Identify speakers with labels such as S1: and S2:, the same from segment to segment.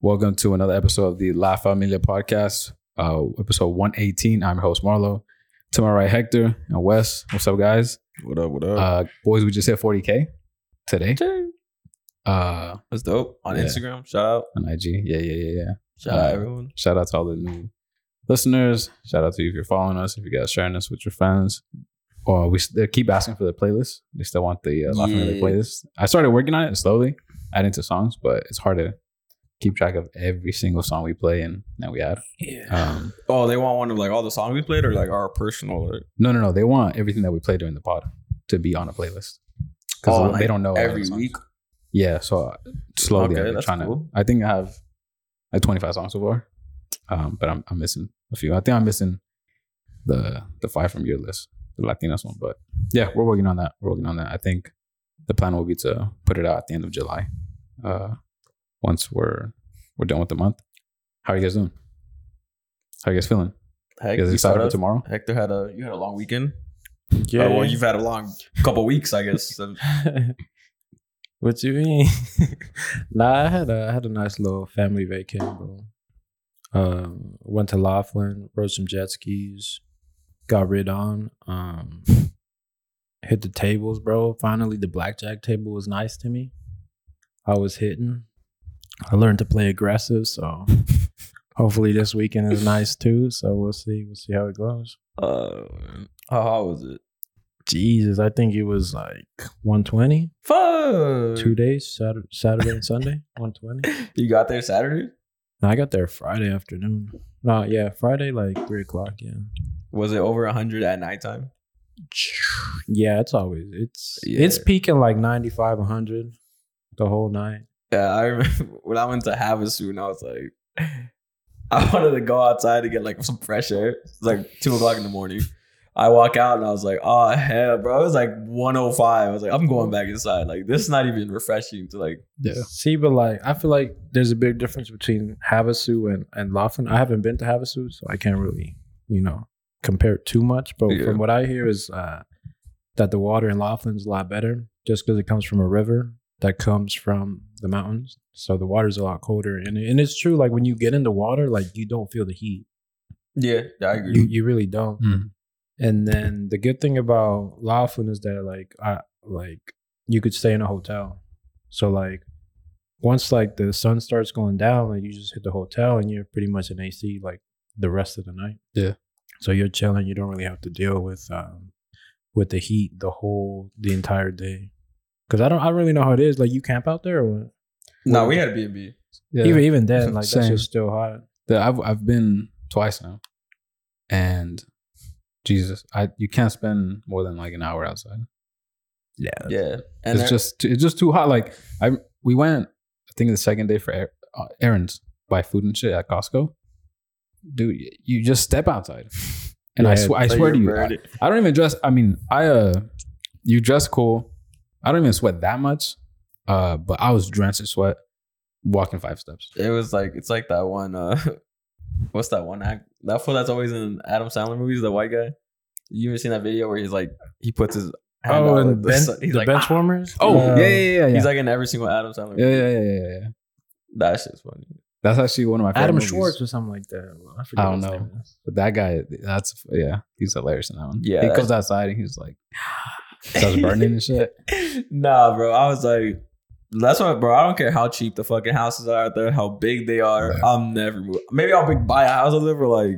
S1: Welcome to another episode of the La Familia podcast, uh, episode 118. I'm your host, Marlo. To my right, Hector and Wes. What's up, guys?
S2: What up? What up?
S1: Uh, boys, we just hit 40K today uh,
S2: That's dope. On
S1: Yeah.
S2: Instagram, shout out,
S1: on IG. Yeah, yeah, yeah, yeah.
S2: shout out
S1: Uh,
S2: everyone.
S1: Shout out to all the new listeners. Shout out to you if you're following us, if you guys sharing us with your friends. Or we they keep asking for the playlist. They still want the uh, La Familia
S2: Yeah.
S1: playlist. I started working on it slowly, adding to songs, but it's hard to keep track of every single song we play and that we add.
S2: Yeah.
S1: Um,
S2: oh, they want one of like all the songs we played, or like our personal, or
S1: no, no, no. They want everything that we play during the pod to be on a playlist because
S2: Oh,
S1: they
S2: like
S1: don't know all the
S2: every
S1: songs.
S2: week.
S1: Yeah, so uh, slowly
S2: Okay,
S1: I've been
S2: that's
S1: trying
S2: cool.
S1: to. I think I have like 25 songs so far, um, but I'm, I'm missing a few. I think I'm missing the the five from your list, the Latinas one. But yeah, we're working on that. We're working on that. I think the plan will be to put it out at the end of July, uh, once we're we're done with the month. How are you guys doing? How are you guys feeling?
S2: Heck,
S1: You guys
S2: you
S1: excited
S2: started-
S1: for tomorrow?
S2: Hector had a you had a long weekend.
S3: Yeah.
S2: Oh, well, you've had a long couple weeks, I guess. So-
S3: what you mean? nah, I had a I had a nice little family vacation, bro. Um, went to Laughlin, rode some jet skis, got rid on, um, hit the tables, bro. Finally, the blackjack table was nice to me. I was hitting. I learned to play aggressive, so hopefully this weekend is nice too. So we'll see. We'll see how it goes.
S2: uh, how hot was it?
S3: Jesus, I think it was like 120.
S2: Fuck.
S3: two days saturday, saturday and sunday 120
S2: You got there Saturday?
S3: no, i got there friday afternoon no yeah friday like three o'clock yeah
S2: Was it over hundred at nighttime?
S3: yeah it's always it's
S2: Yeah.
S3: it's peaking like 95 100 the whole night
S2: Yeah, I remember when I went to Havasu and I was like, I wanted to go outside to get like some fresh air. It's like two o'clock in the morning. I walk out and I was like, oh hell, bro. It was like 105. I was like, I'm going back inside. Like this is not even refreshing to like
S1: Yeah.
S3: see but like i feel like there's a big difference between havasu and and laughlin i haven't been to havasu so i can't really you know compare it too much but
S2: Yeah.
S3: from what i hear is uh that the water in laughlin's a lot better just because it comes from a river that comes from the mountains so the water's a lot colder and, and it's true like when you get in the water like you don't feel the heat
S2: Yeah, I
S3: you,
S2: agree.
S3: you really don't
S1: Mm.
S3: and then the good thing about Laughlin is that like I like you could stay in a hotel. So like once like the sun starts going down, like you just hit the hotel and you're pretty much in AC like the rest of the night.
S1: Yeah.
S3: So you're chilling. You don't really have to deal with um with the heat the whole the entire day. Cause I don't I don't really know how it is. Like you camp out there or what?
S2: No, we had a B&B.
S1: Yeah.
S3: Even even then, like that's
S1: Same.
S3: just still hot.
S1: that I've I've been twice now, and Jesus, I you can't spend more than like an hour outside.
S3: Yeah.
S2: Yeah.
S1: it's
S2: there-
S1: just it's just too hot. Like I we went, I think the second day for er- uh, errands, buy food and shit at Costco. Dude, y- you just step outside, and I
S3: Yeah,
S1: swear I
S2: like,
S1: swear to
S2: Oh,
S1: you,
S2: you're
S1: I,
S2: burning.
S1: I don't even dress. I mean, I uh, you dress cool. I don't even sweat that much, uh, but I was drenched in sweat walking five steps.
S2: It was like it's like that one uh what's that one act that fool that's always in Adam Sandler movies, the white guy. You ever seen that video where he's like he puts his hand
S3: Oh,
S2: out
S3: and
S2: like this,
S3: bench,
S2: he's
S3: the
S2: like
S3: bench
S2: "Ah."
S3: warmers.
S1: Oh
S2: Yeah.
S1: yeah, yeah, yeah, yeah.
S2: He's like in every single Adam Sandler.
S1: yeah,
S2: movie.
S1: yeah, yeah, yeah, yeah.
S2: That shit's funny.
S1: That's actually one of my favorite
S3: Adam
S1: movies.
S3: Schwartz or something like that. I, forget
S1: I don't
S3: his
S1: know.
S3: name.
S1: But that guy, that's yeah, he's hilarious in that one.
S2: Yeah,
S1: he
S2: that's-
S1: goes outside and he's like, starts burning and shit.
S2: nah, bro. I was like, that's what, bro. I don't care how cheap the fucking houses are out there, how big they are.
S1: Yeah.
S2: I'm never moving. Maybe I'll be, buy a house out there for like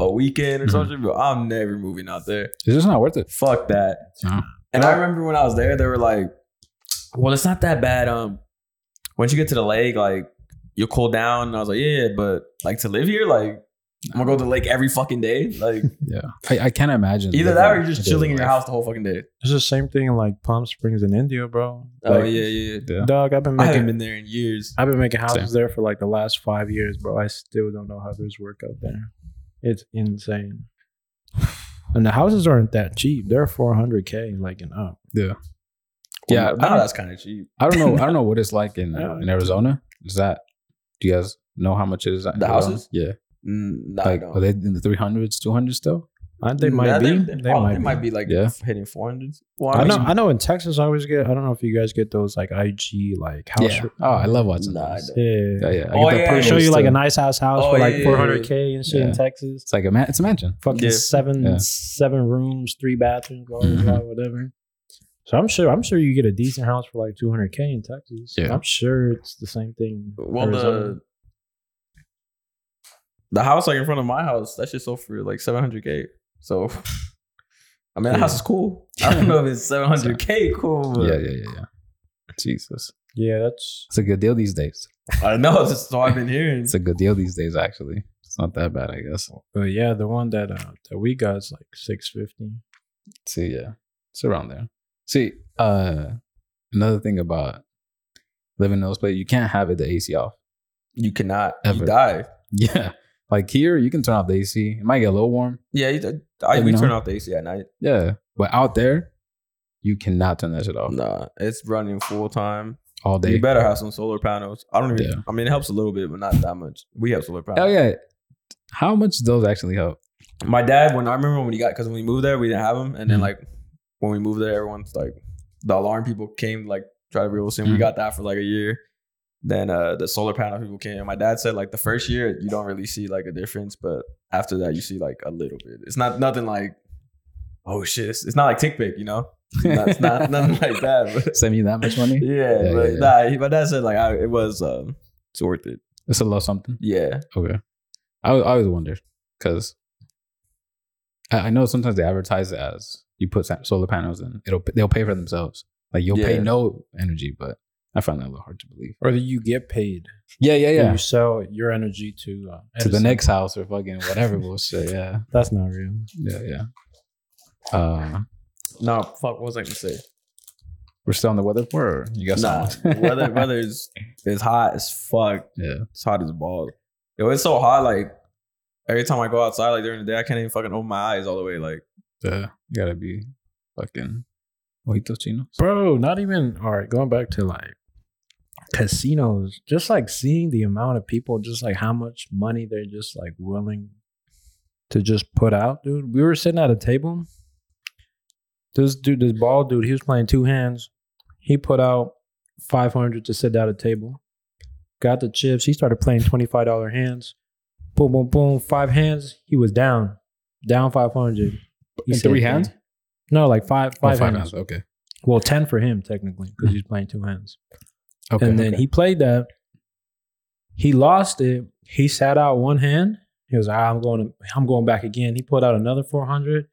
S2: a weekend or
S1: Mhm.
S2: something, but I'm never moving out there.
S1: It's just not worth it.
S2: Fuck that.
S1: No.
S2: And I remember when I was there, they were like, well, it's not that bad. Um, once you get to the lake, like you'll cool down. And I was like, yeah, but like to live here, like I'm gonna go to the lake every fucking day. Like
S1: Yeah, I, I can't imagine.
S2: either
S1: living
S2: that or you're
S1: a
S2: just
S1: daily
S2: chilling in your
S1: life.
S2: house the whole fucking day.
S3: It's the same thing in like Palm Springs in India, bro.
S2: Oh
S3: Like,
S2: yeah, yeah, yeah.
S1: Yeah.
S3: Dog, I've been
S2: I
S3: making
S2: haven't been there in years.
S3: I've been making houses
S1: Same.
S3: there for like the last five years, bro. I still don't know how there's work out there. It's insane. And the houses aren't that cheap. They're four hundred K like and up.
S1: Yeah,
S2: Well,
S1: I
S2: now
S1: don't,
S2: that's kind of cheap.
S1: I don't know. I don't know what it's like in uh,
S3: Yeah.
S1: in Arizona. Is that? Do you guys know how much it is? in
S2: The
S1: Arizona?
S2: houses?
S1: Yeah,
S2: Mm, no, I
S1: like
S2: don't.
S1: are they in the three hundreds, two hundreds still?
S3: I, they might
S2: Nah,
S3: be.
S2: They, they probably might be like
S1: Yeah.
S2: hitting 400. Well,
S3: I,
S2: I,
S3: know.
S2: mean,
S3: I know. In Texas, I always get. I don't know if you guys get those like IG like house.
S1: Yeah. Oh, I love watching
S2: Nah, I
S1: those.
S2: don't.
S3: Yeah.
S1: Yeah, yeah. I
S2: Oh,
S1: get that
S2: yeah,
S1: pro
S3: They
S2: yeah,
S3: show
S1: list
S3: you like
S1: too.
S3: a nice house house
S2: Oh,
S3: for
S2: yeah,
S3: like
S2: yeah, yeah.
S3: four hundred k and shit
S1: Yeah.
S3: in Texas.
S1: It's like a man. It's a mansion.
S3: Fucking
S2: Yeah. Mm-hmm.
S3: seven
S1: Yeah.
S3: seven rooms, three bathrooms, blah,
S1: Mhm.
S3: blah, blah, whatever. So I'm sure I'm sure you get a decent house for like two hundred k in Texas.
S1: Yeah.
S3: I'm sure it's the same thing. in
S2: well,
S3: Arizona.
S2: the the house like in front of my house, that shit's sold for like 700k. So, I mean, the
S1: Yeah.
S2: house is cool. I don't know if it's 700k cool. But
S1: Yeah, yeah, yeah, yeah. Jesus,
S3: yeah, that's
S1: it's a good deal these days.
S2: I know. That's just all I've been hearing.
S1: It's a good deal these days. Actually, it's not that bad, I guess.
S3: but yeah, the one that uh, that we got is like six fifty.
S1: See, yeah, it's around there. See, uh, another thing about living in those places, you can't have it the AC off.
S2: you cannot.
S1: Ever.
S2: You die.
S1: Yeah, like here, you can turn off the AC. It might get a little warm.
S2: Yeah, you, I,
S1: You
S2: we
S1: know?
S2: turn off the AC at night.
S1: Yeah, but out there, you cannot turn that shit off
S2: Nah, it's running full time.
S1: all day.
S2: You better have some solar panels. I don't even.
S1: Yeah.
S2: I mean, it helps a little bit, but not that much. We have solar panels.
S1: Oh yeah, how much does those actually help?
S2: My dad, when I remember when he got, because when we moved there, we didn't have him, and then
S1: Mhm.
S2: like when we moved there, everyone's like, the alarm people came like try to real soon. We
S1: Mhm.
S2: got that for like a year. Then uh the solar panel people came. And my dad said like the first year you don't really see like a difference, but after that you see like a little bit. It's not nothing like, oh shit, it's, it's not like tick pick, you know. It's not nothing like that. But
S1: Send you that much money?
S2: yeah,
S1: Yeah,
S2: but
S1: yeah,
S2: nah, he, my dad said like I, it was um, it's worth it.
S1: It's a little something.
S2: Yeah,
S1: Okay. I, al- I always wondered because I, I know sometimes they advertise it as you put sa- solar panels and it'll they'll pay for themselves. Like you'll pay
S2: Yeah.
S1: no energy, but I find that a little hard to believe.
S3: Or that you get paid.
S1: Yeah, yeah,
S3: Yeah.
S1: yeah.
S3: You sell your energy to uh,
S1: To the
S3: Edison.
S1: next house or fucking whatever bullshit. Yeah,
S3: That's not real.
S1: yeah, yeah. Uh,
S2: no fuck, what was I gonna say?
S1: we're still on the weather report. Or you got
S2: Nah,
S1: something?
S2: weather weather is is hot as fuck.
S1: Yeah.
S2: It's hot as balls. Yo, it's so hot. Like every time I go outside, like during the day, I can't even fucking open my eyes all the way. Like
S1: yeah, you gotta be fucking ojitos chinos.
S3: bro not even all right going back to like casinos just like seeing the amount of people just like how much money they're just like willing to just put out dude we were sitting at a table this dude this ball dude he was playing two hands he put out 500 to sit down at a table got the chips he started playing $25 hands boom boom boom five hands he was down down 500 He
S1: In three
S3: said,
S1: hands?
S3: no like five
S1: Oh,
S3: five hands
S1: Okay.
S3: well, 10 for him, technically, because he's playing two hands.
S1: Okay.
S3: and then he played that. He lost it. He sat out one hand. He was, ah, I'm going to, I'm going back again. He pulled out another 400.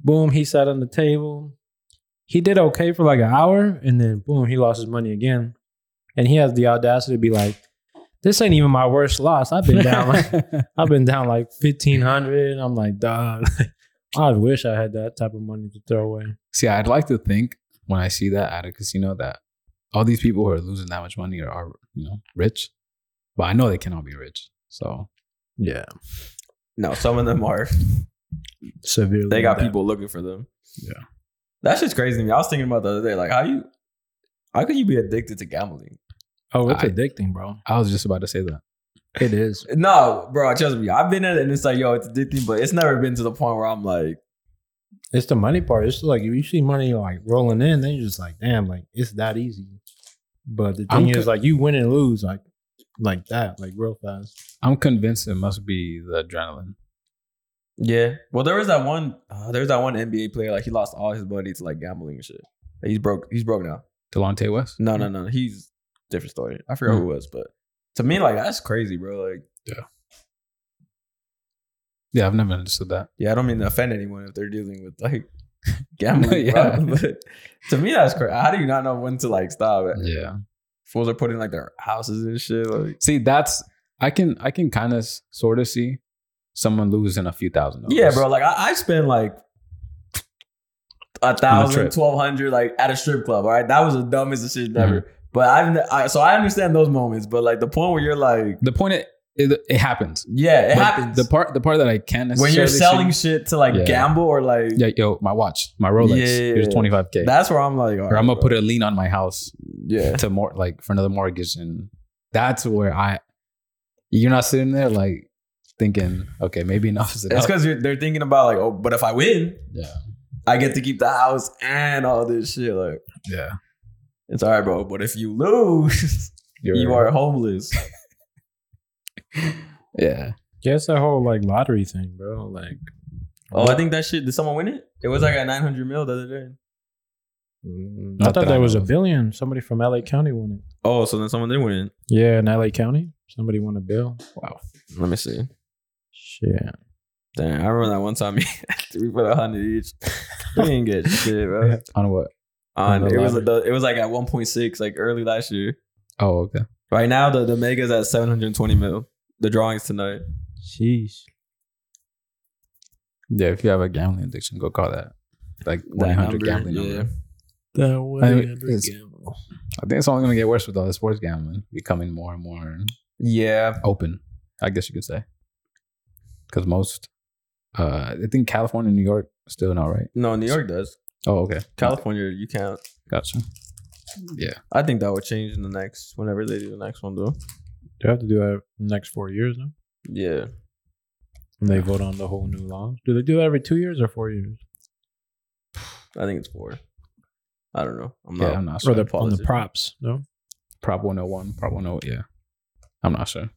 S3: Boom, he sat on the table. He did okay for like an hour. And then boom, he lost his money again. And he has the audacity to be like, this ain't even my worst loss. I've been down like I've been down like fifteen hundred. I'm like, dog. I wish I had that type of money to throw away.
S1: See, I'd like to think when I see that at a casino that all these people who are losing that much money are, are you know, rich. But I know they cannot be rich. So
S3: Yeah,
S2: no, some of them are.
S3: severely.
S2: They got
S3: indebted.
S2: people looking for them.
S1: Yeah.
S2: that shit's crazy to me. I was thinking about the other day, like how you, how could you be addicted to gambling?
S3: Oh, it's
S1: I-
S3: addicting, bro.
S1: I was just about to say that.
S3: It is.
S2: No, bro, trust me. I've been at it, and it's like, yo, it's addicting, but it's never been to the point where I'm like,
S3: It's the money part. It's like if you see money like rolling in, then you're just like, damn, like it's that easy. But the thing
S1: I'm
S3: is,
S1: co-
S3: like you win and lose, like like that, like real fast.
S1: I'm convinced it must be the adrenaline.
S2: yeah. Well, there was that one, uh, there was that one NBA player, like he lost all his money to like gambling and shit. Like, he's broke. He's broke now.
S1: Delonte West?
S2: No, no, no. He's different story. I forgot who it was, but to me, like that's crazy, bro. Like,
S1: Yeah, I've never understood that.
S2: yeah, I don't mean to offend anyone if they're dealing with like gambling,
S1: Yeah.
S2: bro. But to me, that's crazy. How do you not know when to like stop?
S1: Yeah.
S2: Fools are putting like their houses and shit. Like,
S1: See, that's I can I can kind of sort of see someone losing a few thousand dollars.
S2: yeah, bro. Like I, I spend like. A thousand,
S1: trip.
S2: twelve hundred, like at a strip club. All right, that was the dumbest shit
S1: Mm-hmm.
S2: ever. But I've, ne- I, so I understand those moments. But like the point where you're like,
S1: The point it it, it happens.
S2: yeah, it
S1: But
S2: happens.
S1: The part the part that I can
S2: when
S1: necessarily
S2: you're selling
S1: see-
S2: shit to like
S1: Yeah.
S2: gamble or like
S1: yeah, yo, my watch, my Rolex,
S2: Yeah, yeah,
S1: here's
S2: yeah.
S1: twenty five k.
S2: That's where I'm like,
S1: Or I'm gonna put a lien on my house.
S2: yeah,
S1: to more like for another mortgage and that's where i you're not sitting there like thinking, okay, maybe enough is
S2: It's
S1: enough.
S2: because they're thinking about like, oh, but if I win,
S1: Yeah,
S2: I get to keep the house and all this shit. Like,
S1: yeah.
S2: it's all right, bro. But if you lose,
S1: You're,
S2: you are homeless.
S1: Yeah,
S3: Yeah, it's that whole like lottery thing, bro. Like,
S2: Oh, I think that shit. Did someone win it? It was like a nine hundred mil the other day.
S3: mm, I
S1: Not
S3: thought
S1: that
S3: that
S1: I
S3: was a
S1: know of.
S3: billion. Somebody from LA County won it.
S2: Oh, so then someone did win. it.
S3: Yeah, in LA County, somebody won a bill.
S2: Let me see.
S3: Shit.
S2: Damn, I remember that one time we put a hundred each. We didn't get shit, bro.
S1: on what?
S2: On
S3: On the
S2: it was
S3: lottery.
S2: the, it was like at one point six, like early last year.
S1: Oh, okay.
S2: Right now, the the mega's at seven hundred twenty mil. The drawings tonight.
S3: Sheesh.
S1: Yeah, if you have a gambling addiction, go call that like one
S2: That
S1: hundred
S2: number,
S1: gambling
S2: yeah.
S1: number.
S3: That
S1: way it's- I think it's only gonna get worse with all the sports gambling becoming more and more
S2: Yeah,
S1: open. I guess you could say, because most, uh, I think California, and New York, still not right.
S2: no, New York does.
S1: Oh, okay,
S2: California, you can't.
S1: gotcha. Yeah,
S2: I think that would change in the next whenever they do the next one though.
S3: They have to do that in the next four years now.
S2: Yeah,
S3: And they vote on the whole new law. Do they do that every two years or four years?
S2: I think it's four. I don't know. I'm
S1: yeah,
S2: not.
S1: I'm not
S3: Or
S1: sure.
S3: the, on the
S2: policy.
S3: props? No.
S1: Prop 101, Prop 108, yeah. I'm not sure.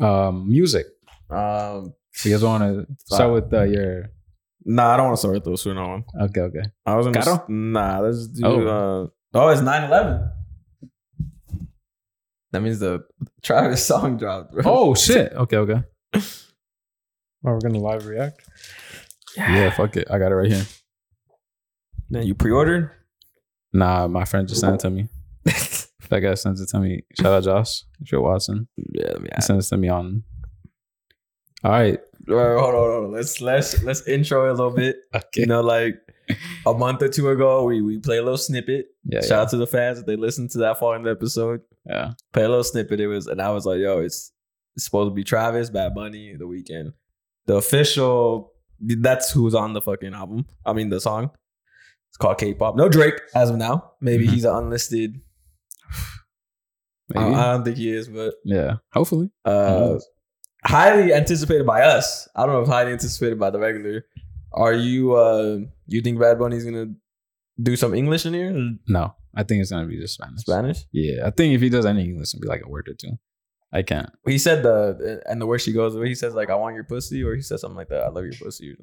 S1: Um, music.
S2: Um,
S1: You guys want to start with uh, your
S2: nah, I don't want to start with those. So no one.
S1: okay, okay.
S2: I was gonna.
S1: Caro?
S2: s- Nah, let's do.
S1: Oh.
S2: Oh, uh, oh it's 9 11. That means the Travis song dropped, bro.
S1: Oh shit. Okay, okay.
S3: Are we gonna live react?
S1: Yeah, fuck it. I got it right here.
S2: Then you pre ordered?
S1: Nah, my friend just sent it to me. That guy sent it to me. Shout out Josh, if you're watching.
S2: Yeah, let me
S1: He sent it to me on. All right.
S2: Wait, wait, hold on, hold on. Let's let's let's intro a little bit.
S1: Okay.
S2: You know, like a month or two ago, we we play a little snippet.
S1: Yeah,
S2: Shout
S1: yeah.
S2: out to the fans if they listened to that far in the episode.
S1: yeah.
S2: Play a little snippet. It was, and I was like, yo, it's, it's supposed to be Travis, Bad Bunny, The Weekend, the official. That's who's on the fucking album. I mean, the song. It's called K-pop. No Drake as of now. Maybe
S1: Mhm.
S2: he's unlisted. I,
S1: Maybe.
S2: I don't think he is, but
S1: yeah. Uh, Hopefully.
S2: uh, highly anticipated by us. I don't know if highly anticipated by the regular. Are you? uh You think Bad Bunny's gonna do some English in here?
S1: No. I think it's gonna be just Spanish.
S2: Spanish?
S1: Yeah. I think if he does any English it'll be like a word or two. I can't.
S2: He said the and the where she goes, he says like I want your pussy, or he says something like that. I love your pussy,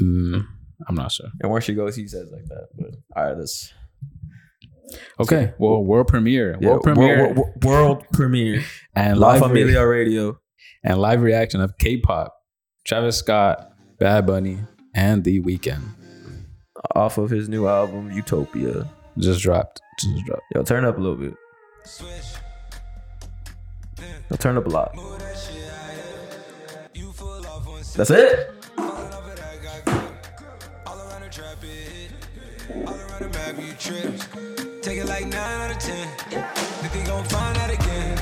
S1: Mm, I'm not sure.
S2: and where she goes, he says like that. But all right, let's
S1: Okay. Well, world premiere,
S2: yeah,
S1: world premiere,
S2: wor- wor- world premiere,
S1: and
S2: La
S1: live re-
S2: Familia Radio.
S1: and live reaction of K-pop, Travis Scott, Bad Bunny, and The Weeknd
S2: off of his new album Utopia.
S1: just dropped. Just dropped.
S2: Yo, turn up a little bit. Yo, turn up a lot. That's it.
S4: Take it like 9 out of 10. Think they gon' find out again.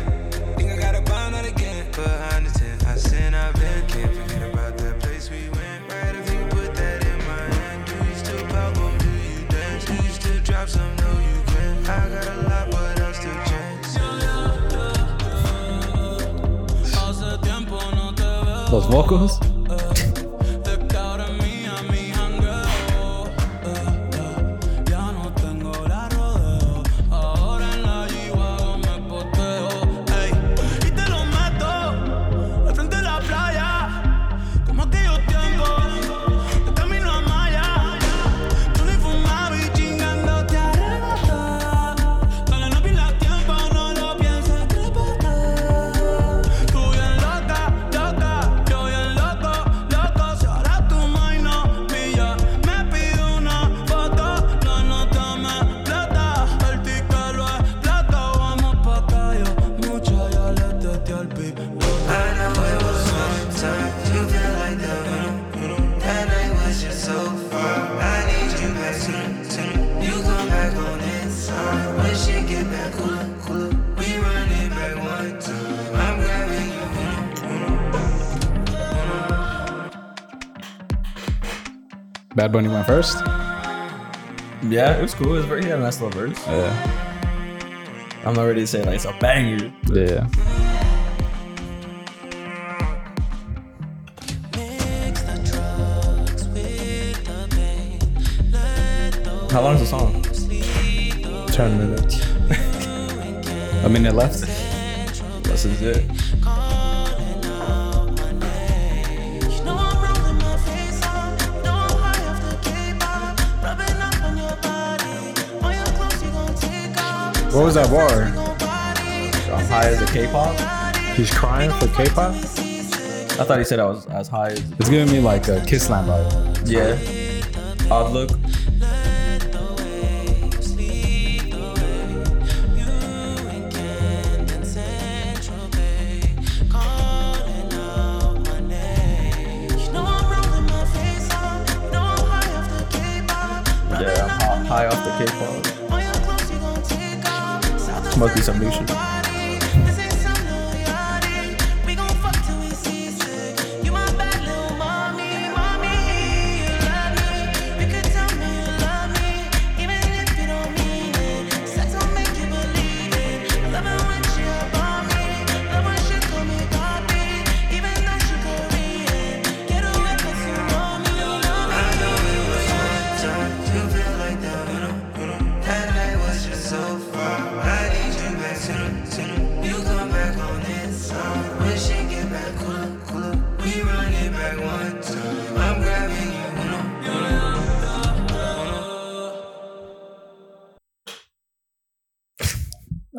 S4: Think I gotta find out again. Behind the tent, I sin, I've been. Can't forget about that place we went. Right if you put that in my hand. Do you still pop 'em? Do you dance? Do you still drop some? No, you can. I got a lot, but I'm still changed.
S1: Those vocals.
S4: Eh, Y te lo meto al frente de la playa. Como que yo tengo de camino a Maya. Tú ni fumaba y chingando te arrebatas. Dale, no pierdas tiempo, no lo pienses, trépate. Tú bien loca, loca, yo bien loco, loco. Si ahora tu main no pilla, me pido una foto. No, no tomes plata, el ticket lo es plata. Vamos pa' calle, mucha ya le testé al piloto. I know it was one time, you feel like the venom. That night was just so fun. I need you back soon, soon. You come back on inside. When shit get back cooler, cooler. We run it back one time. I'm grabbing you, uno, uno.
S1: Bad Bunny went first.
S2: Yeah, it was cool. It was very, he had a nice little verse.
S1: Yeah.
S2: I'm not ready to say like it's a banger.
S1: Yeah.
S2: How long is the song?
S3: Ten minutes.
S1: A minute left.
S2: This is it.
S4: No, I'm rolling my face up. No, I'm high off the K-pop. Rubbing up on your body. All your clothes you gon' take off.
S3: What was that bar?
S2: I'm high as a K-pop.
S3: He's crying for K-pop.
S2: I thought he said I was as high as.
S1: It's giving me like a kiss line vibe.
S2: Yeah. Odd look.
S4: No, I'm rolling my face up. No, I'm high off the K-pop. Rubbing
S2: Yeah,
S4: up on
S2: I'm
S4: your
S2: high, high off the K-pop.
S4: All your clothes you gon' take off. South
S2: Must be some new shit.
S4: Body. This ain't some new yachty. We gon' fuck till we seasick. You my bad little mommy, mommy. You love me. You can tell me you love me, even if you don't mean it. Sex will make you believe it. I love it when she about me. Love when she call me papi, even though she Korean. Get away 'cause you know me, you love me.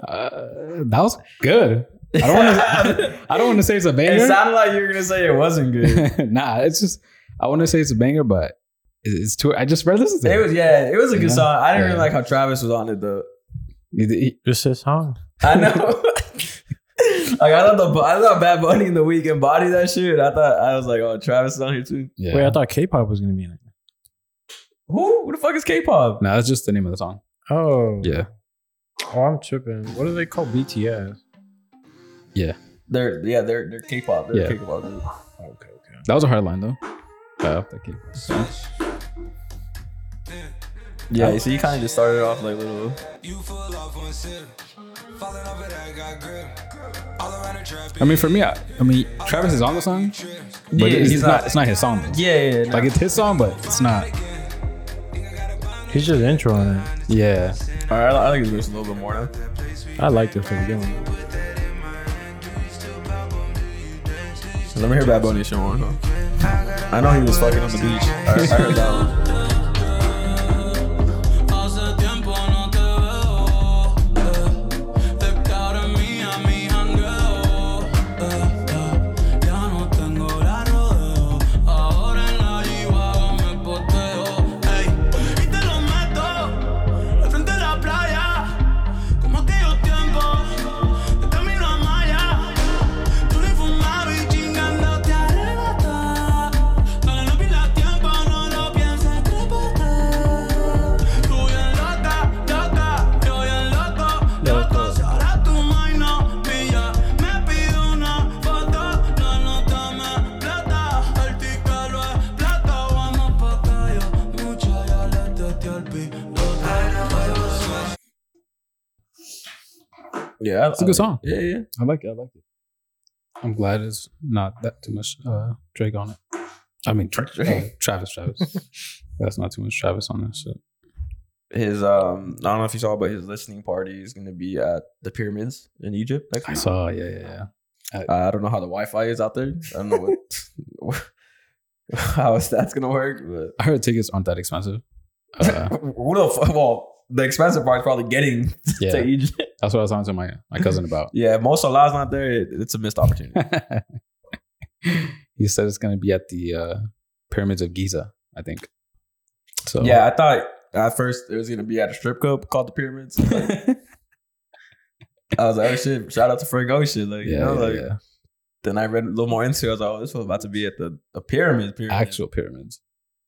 S1: Uh, That was good. I don't want to. I don't want to say it's a
S2: It
S1: banger.
S2: sounded like you were gonna say it wasn't good.
S1: nah, it's just I want to say it's a banger, but it- it's too. I just read this.
S2: It was yeah, it was a good
S1: Yeah.
S2: song. I didn't really
S1: Yeah.
S2: like how Travis was on it though.
S3: Just his song.
S2: I know. like I thought the I thought Bad Bunny in the week embodied that shit. I thought I was like, oh, Travis is on here too.
S1: yeah.
S3: Wait, I thought K-pop was gonna be in it.
S2: Who? Who the fuck is K-pop?
S1: no, that's just the name of the song.
S3: Oh,
S1: Yeah,
S3: Oh, I'm tripping. What do they call BTS?
S2: They're yeah, they're they're K-pop. They're
S1: Yeah.
S2: K-pop. group.
S3: Oh, Okay, okay.
S1: that was a hard line though. Uh, that came-
S2: Yeah, so you kind of just started off like little.
S5: You fall off one sip, falling off it, I got grip. All around the trap,
S1: I mean, for me, I, I mean, Travis is on the song, but
S2: Yeah,
S1: it's,
S2: he's
S1: not,
S2: not-
S1: It's not his song. Though.
S2: Yeah, yeah, yeah.
S1: Like it's his song, but it's not.
S3: He's just introing it.
S1: Yeah,
S2: all right, I like his verse a little bit more now.
S3: I liked it from the beginning.
S2: Let me hear Bad Bunny shit more. Huh? I know he was fucking on the beach. I, I heard that one.
S5: Hace tiempo no te veo. eh. Te cara mía, mi jangueo. eh, eh. Ya no tengo la rodeo. Ahora en la Yihuahua me poteo. Ey,
S4: Y te lo meto al frente de la playa, como aquellos tiempos de camino a Maya. Tú ni fumabas y chingando te arrebatas. Dale, no pierdas tiempo, no lo pienses, trépate. Tú bien loca, loca, yo bien loco, loco. Si ahora tu mind no pilla, me pide una foto, no, no tome plata. El ticket lo es plata, vamos pa' calle. Mucha ya le testé al piloto.
S2: Yeah,
S1: it's a good song.
S2: Yeah, yeah.
S1: I like it. I like it. I'm glad it's not that too much uh, Drake on it. I mean, Tra- uh, Travis, Travis. That's not too much Travis on that shit.
S2: His um, I don't know if you saw, but his listening party is gonna be at the pyramids in Egypt next
S1: I
S2: week.
S1: saw. Yeah, yeah, yeah.
S2: Uh, I don't know how the Wi-Fi is out there. I don't know what how is that's gonna work. But
S1: I heard tickets aren't that expensive. Uh,
S2: who the fuck? Well, the expensive part is probably getting
S1: yeah,
S2: to Egypt.
S1: that's what I was talking to my my cousin about.
S2: Yeah, if Mo Salah's not there. It, it's a missed opportunity.
S1: he said it's gonna be at the uh, pyramids of Giza, I think. So
S2: yeah, I thought at first it was gonna be at a strip club called the pyramids. Like, I was like, oh shit! Shout out to Frank Ocean. Like,
S1: yeah,
S2: you know,
S1: yeah,
S2: like
S1: yeah.
S2: then I read a little more into. it. I was like, oh, this was about to be at the a pyramid. pyramid.
S1: actual pyramids.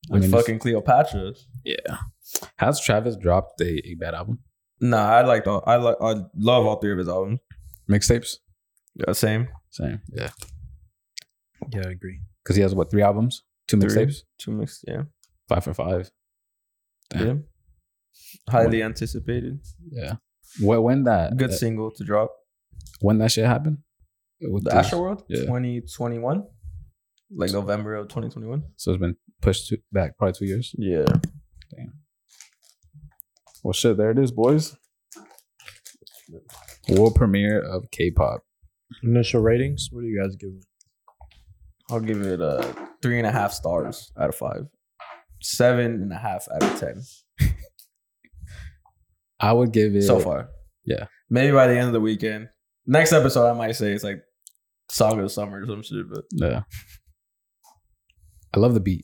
S1: I
S2: With
S1: mean,
S2: fucking Cleopatra.
S1: yeah. Has Travis dropped a, a bad album
S2: Nah, I liked all. I like. I love all three of his albums.
S1: mixtapes?
S2: Yeah, same.
S1: Same, yeah.
S3: Yeah, I agree.
S1: Because he has what three albums, two
S2: Three.
S1: mixtapes,
S2: Two mixed. Yeah.
S1: five for five. Damn.
S2: Yeah. Highly anticipated.
S1: Yeah. When, when that
S2: Good
S1: that-
S2: single to drop.
S1: when that shit happened, With
S2: The
S1: this-
S2: Astro World
S1: yeah.
S2: 2021. Like November of 2021.
S1: so it's been pushed to, back probably two years.
S2: Yeah.
S1: Damn. Well, shit, there it is, boys. World premiere of K-pop.
S3: Initial ratings. What do you guys give?
S2: I'll give it a three and a half stars out of five. Seven and a half out of ten
S1: I would give it
S2: so far.
S1: Yeah.
S2: Maybe by the end of the weekend. Next episode, I might say it's like Saga of Summer or some shit, but
S1: Yeah. I love the beat.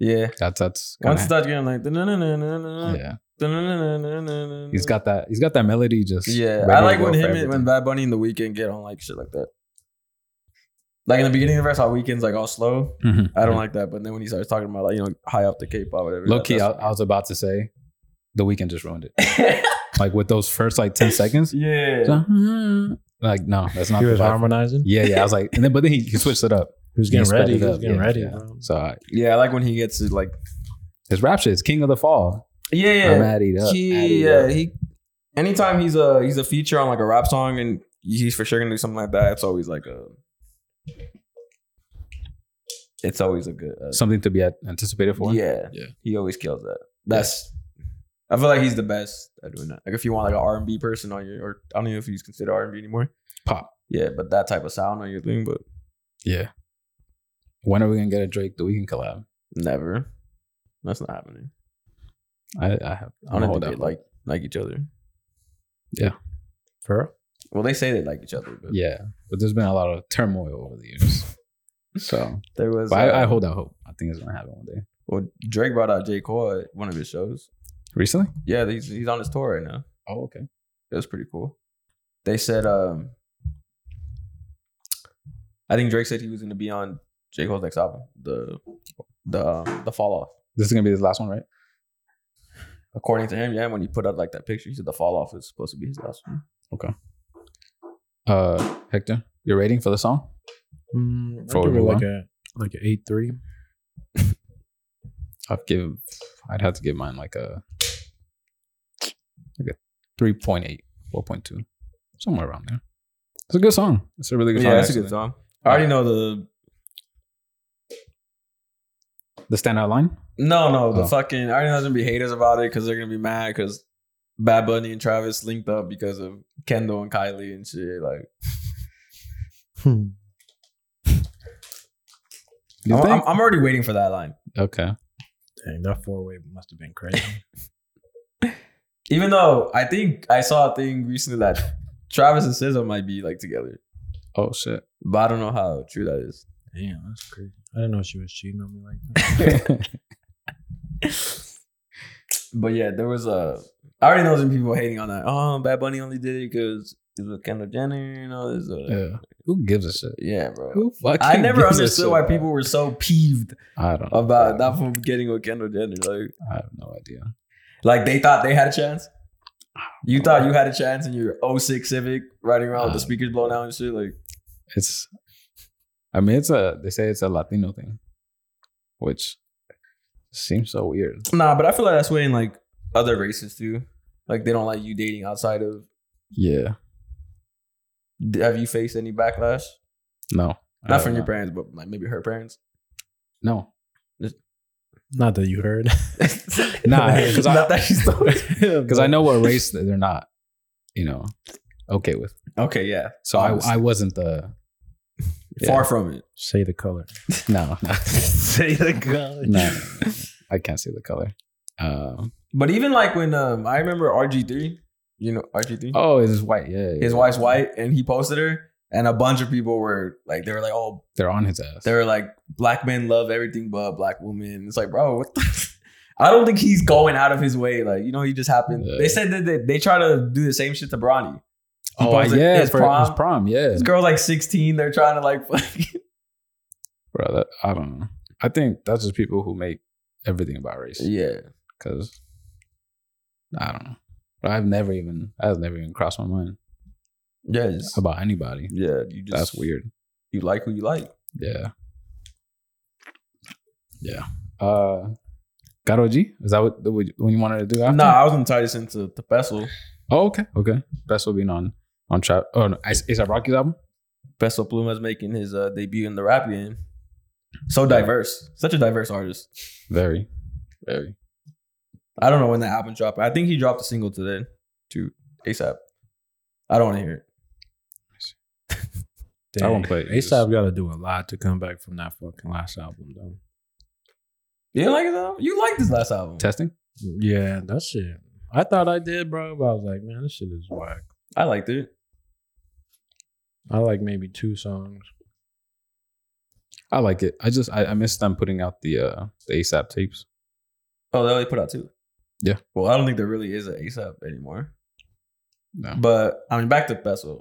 S2: yeah.
S1: That's that's
S2: Once it
S1: kinda,
S2: starts getting like, "Da-na-na-na-na-na,
S1: yeah.
S2: da-na-na-na-na-na-na-na."
S1: He's got that. He's got that melody. Just
S2: Yeah,
S1: ready
S2: I
S1: to
S2: like
S1: go
S2: when
S1: for
S2: him and
S1: everything.
S2: when Bad Bunny and the weekend get on like shit like that. Like in the beginning of the verse, how weekends like all slow.
S1: Mhm.
S2: I don't like that, but then when he starts talking about like you know high up the K-pop, whatever.
S1: Low key, I,
S2: that-
S1: I was about to say, the weekend just ruined it.
S2: that's-
S1: Like with those first like ten seconds. hmm,
S2: yeah,
S1: Like no, that's not.
S3: he
S1: the
S3: was
S1: vibe.
S3: harmonizing.
S1: Yeah, yeah. I was like, and then but then he, he switched it up.
S3: He was
S1: He
S3: getting
S1: sped
S3: ready.
S1: it
S3: He was
S1: up.
S3: getting
S1: Yeah,
S3: ready.
S1: yeah.
S3: bro.
S1: So I,
S2: yeah. I like when he gets to like
S1: his rap shit is king of the fall. I'm
S2: yeah,
S1: added up.
S2: he
S1: added
S2: yeah
S1: up.
S2: he. Anytime he's a he's a feature on like a rap song and he's for sure gonna do something like that. It's always like a. It's always a good. Uh,
S1: Something to be at, anticipated for.
S2: Yeah.
S1: Yeah.
S2: He always kills that. That's I feel like he's the best at doing that. Like if you want like an R and B person on your or I don't know if he's considered R and B anymore.
S1: Pop.
S2: Yeah, but that type of sound on your thing, but
S1: Yeah. When are we gonna get a Drake the Weekend collab?
S2: never. That's not happening.
S1: I, I have.
S2: I
S1: I'm
S2: don't
S1: hold
S2: think
S1: that.
S2: they like like each other.
S3: For real?
S2: Well they say they like each other, but
S1: yeah, but there's been a lot of turmoil over the years. So,
S2: there was
S1: but I, I
S2: uh,
S1: hold out hope. I think it's gonna happen one day.
S2: well Drake brought out J. Cole at one of his shows.
S1: Recently?
S2: Yeah, he's he's on his tour right now.
S1: Oh, okay.
S2: It was pretty cool. They said um I think Drake said he was gonna be on J. Cole's next album, the the um, the fall off.
S1: This is gonna be his last one, right?
S2: According to him, yeah, when he put up like that picture, he said the fall off is supposed to be his last one.
S1: Uh, Hector, your rating for the song?
S3: Mm,
S1: For
S3: I'd give it like
S1: what?
S3: a like an eight three.
S1: I'd give. I'd have to give mine like a like a 3.8, 4.2, somewhere around there. It's a good song. It's a really good song. actually.
S2: song. I already know the
S1: The standout line.
S2: no, no, the
S1: Oh.
S2: fucking. I already know there's gonna be haters about it because they're gonna be mad because Bad Bunny and Travis linked up because of Kendall and Kylie and shit. Like,
S3: Hmm.
S1: You
S2: I'm,
S1: think?
S2: I'm, I'm already waiting for that line.
S1: okay.
S3: Dang, that four way must have been crazy.
S2: Even though I think I saw a thing recently that Travis and SZA might be like together,
S1: Oh shit.
S2: but I don't know how true that is.
S3: Damn, that's crazy. I didn't know she was cheating on me like that.
S2: But yeah, there was a. I already know some people hating on that. Oh, Bad Bunny only did it because it was Kendall Jenner. You know, there's a
S1: yeah. Who gives a shit?
S2: yeah, bro.
S1: Who fucking
S2: I never
S1: gives a
S2: understood
S1: shit?
S2: why people were so peeved
S1: I don't know.
S2: about that from getting with Kendall Jenner. Like,
S1: I have no idea.
S2: like they thought they had a chance. You thought you had a chance in your 06 Civic riding around with the
S1: Uh,
S2: speakers blown out and shit. Like,
S1: It's, I mean, it's a. They say it's a Latino thing, which seems so weird.
S2: nah, but I feel like that's way in like other races too. Like they don't like you dating outside of.
S1: Yeah.
S2: Have you faced any backlash?
S1: No. I
S2: Not from
S1: don't
S2: your
S1: know.
S2: parents, but like maybe her parents.
S1: No.
S3: Not that you heard.
S1: Nah, 'cause I-
S2: not that she's
S1: Because I know what race that they're not. You know, okay with.
S2: Okay, yeah.
S1: So I,
S2: Obviously.
S1: I wasn't the. yeah.
S2: far from it.
S3: Say the color.
S1: No. No.
S3: Say the color.
S1: no. I can't see the color. Um,
S2: But even like when um, I remember RG three, you know RG three,
S1: oh, it's white. Yeah. yeah,
S2: his
S1: yeah.
S2: wife's white, and he posted her, and a bunch of people were like, they were like, oh,
S1: They're on his ass.
S2: they were like, black men love everything but black women. It's like, bro, what the. I don't think he's going out of his way. Like, you know, he just happened.
S1: Yeah.
S2: They said that they, they try to do the same shit to Bronny.
S1: oh,
S2: posted
S1: yeah.
S2: his
S1: for
S2: prom.
S1: His prom. Yeah.
S2: This girl's like 16. They're trying to like,
S1: Bro, that, I don't know. I think that's just people who make everything about race.
S2: yeah.
S1: Cause I don't know. But I've never even that's never even crossed my mind
S2: Yeah. Just,
S1: about anybody.
S2: yeah. You just,
S1: That's weird.
S2: You like who you like.
S1: Yeah. Yeah. Uh Garo G? Is that what, what you what you wanted to do
S2: No,
S1: after?
S2: I was going to tie this into the Pestle.
S1: Oh, okay. Okay. Best will be on on trap. Oh no, is, is that Rocky's album?
S2: Peso Pluma's making his uh, debut in the rap game. So diverse, such a diverse artist.
S1: Very. Very.
S2: I don't know when that album dropped. I think he dropped a single today, to ASAP. I don't want to hear it.
S1: I won't play it.
S3: ASAP got to do a lot to come back from that fucking last album, though.
S2: You didn't like his album? You liked his last album.
S1: Testing.
S3: Yeah, that shit. I thought I did, bro, but I was like, man, this shit is whack.
S2: I liked it.
S3: I like maybe two songs.
S1: I like it. I just I, I missed them putting out the uh the ASAP tapes.
S2: Oh, they only put out two.
S1: Yeah.
S2: Well, I don't think there really is an ASAP anymore.
S1: No.
S2: But I mean, back to Peso.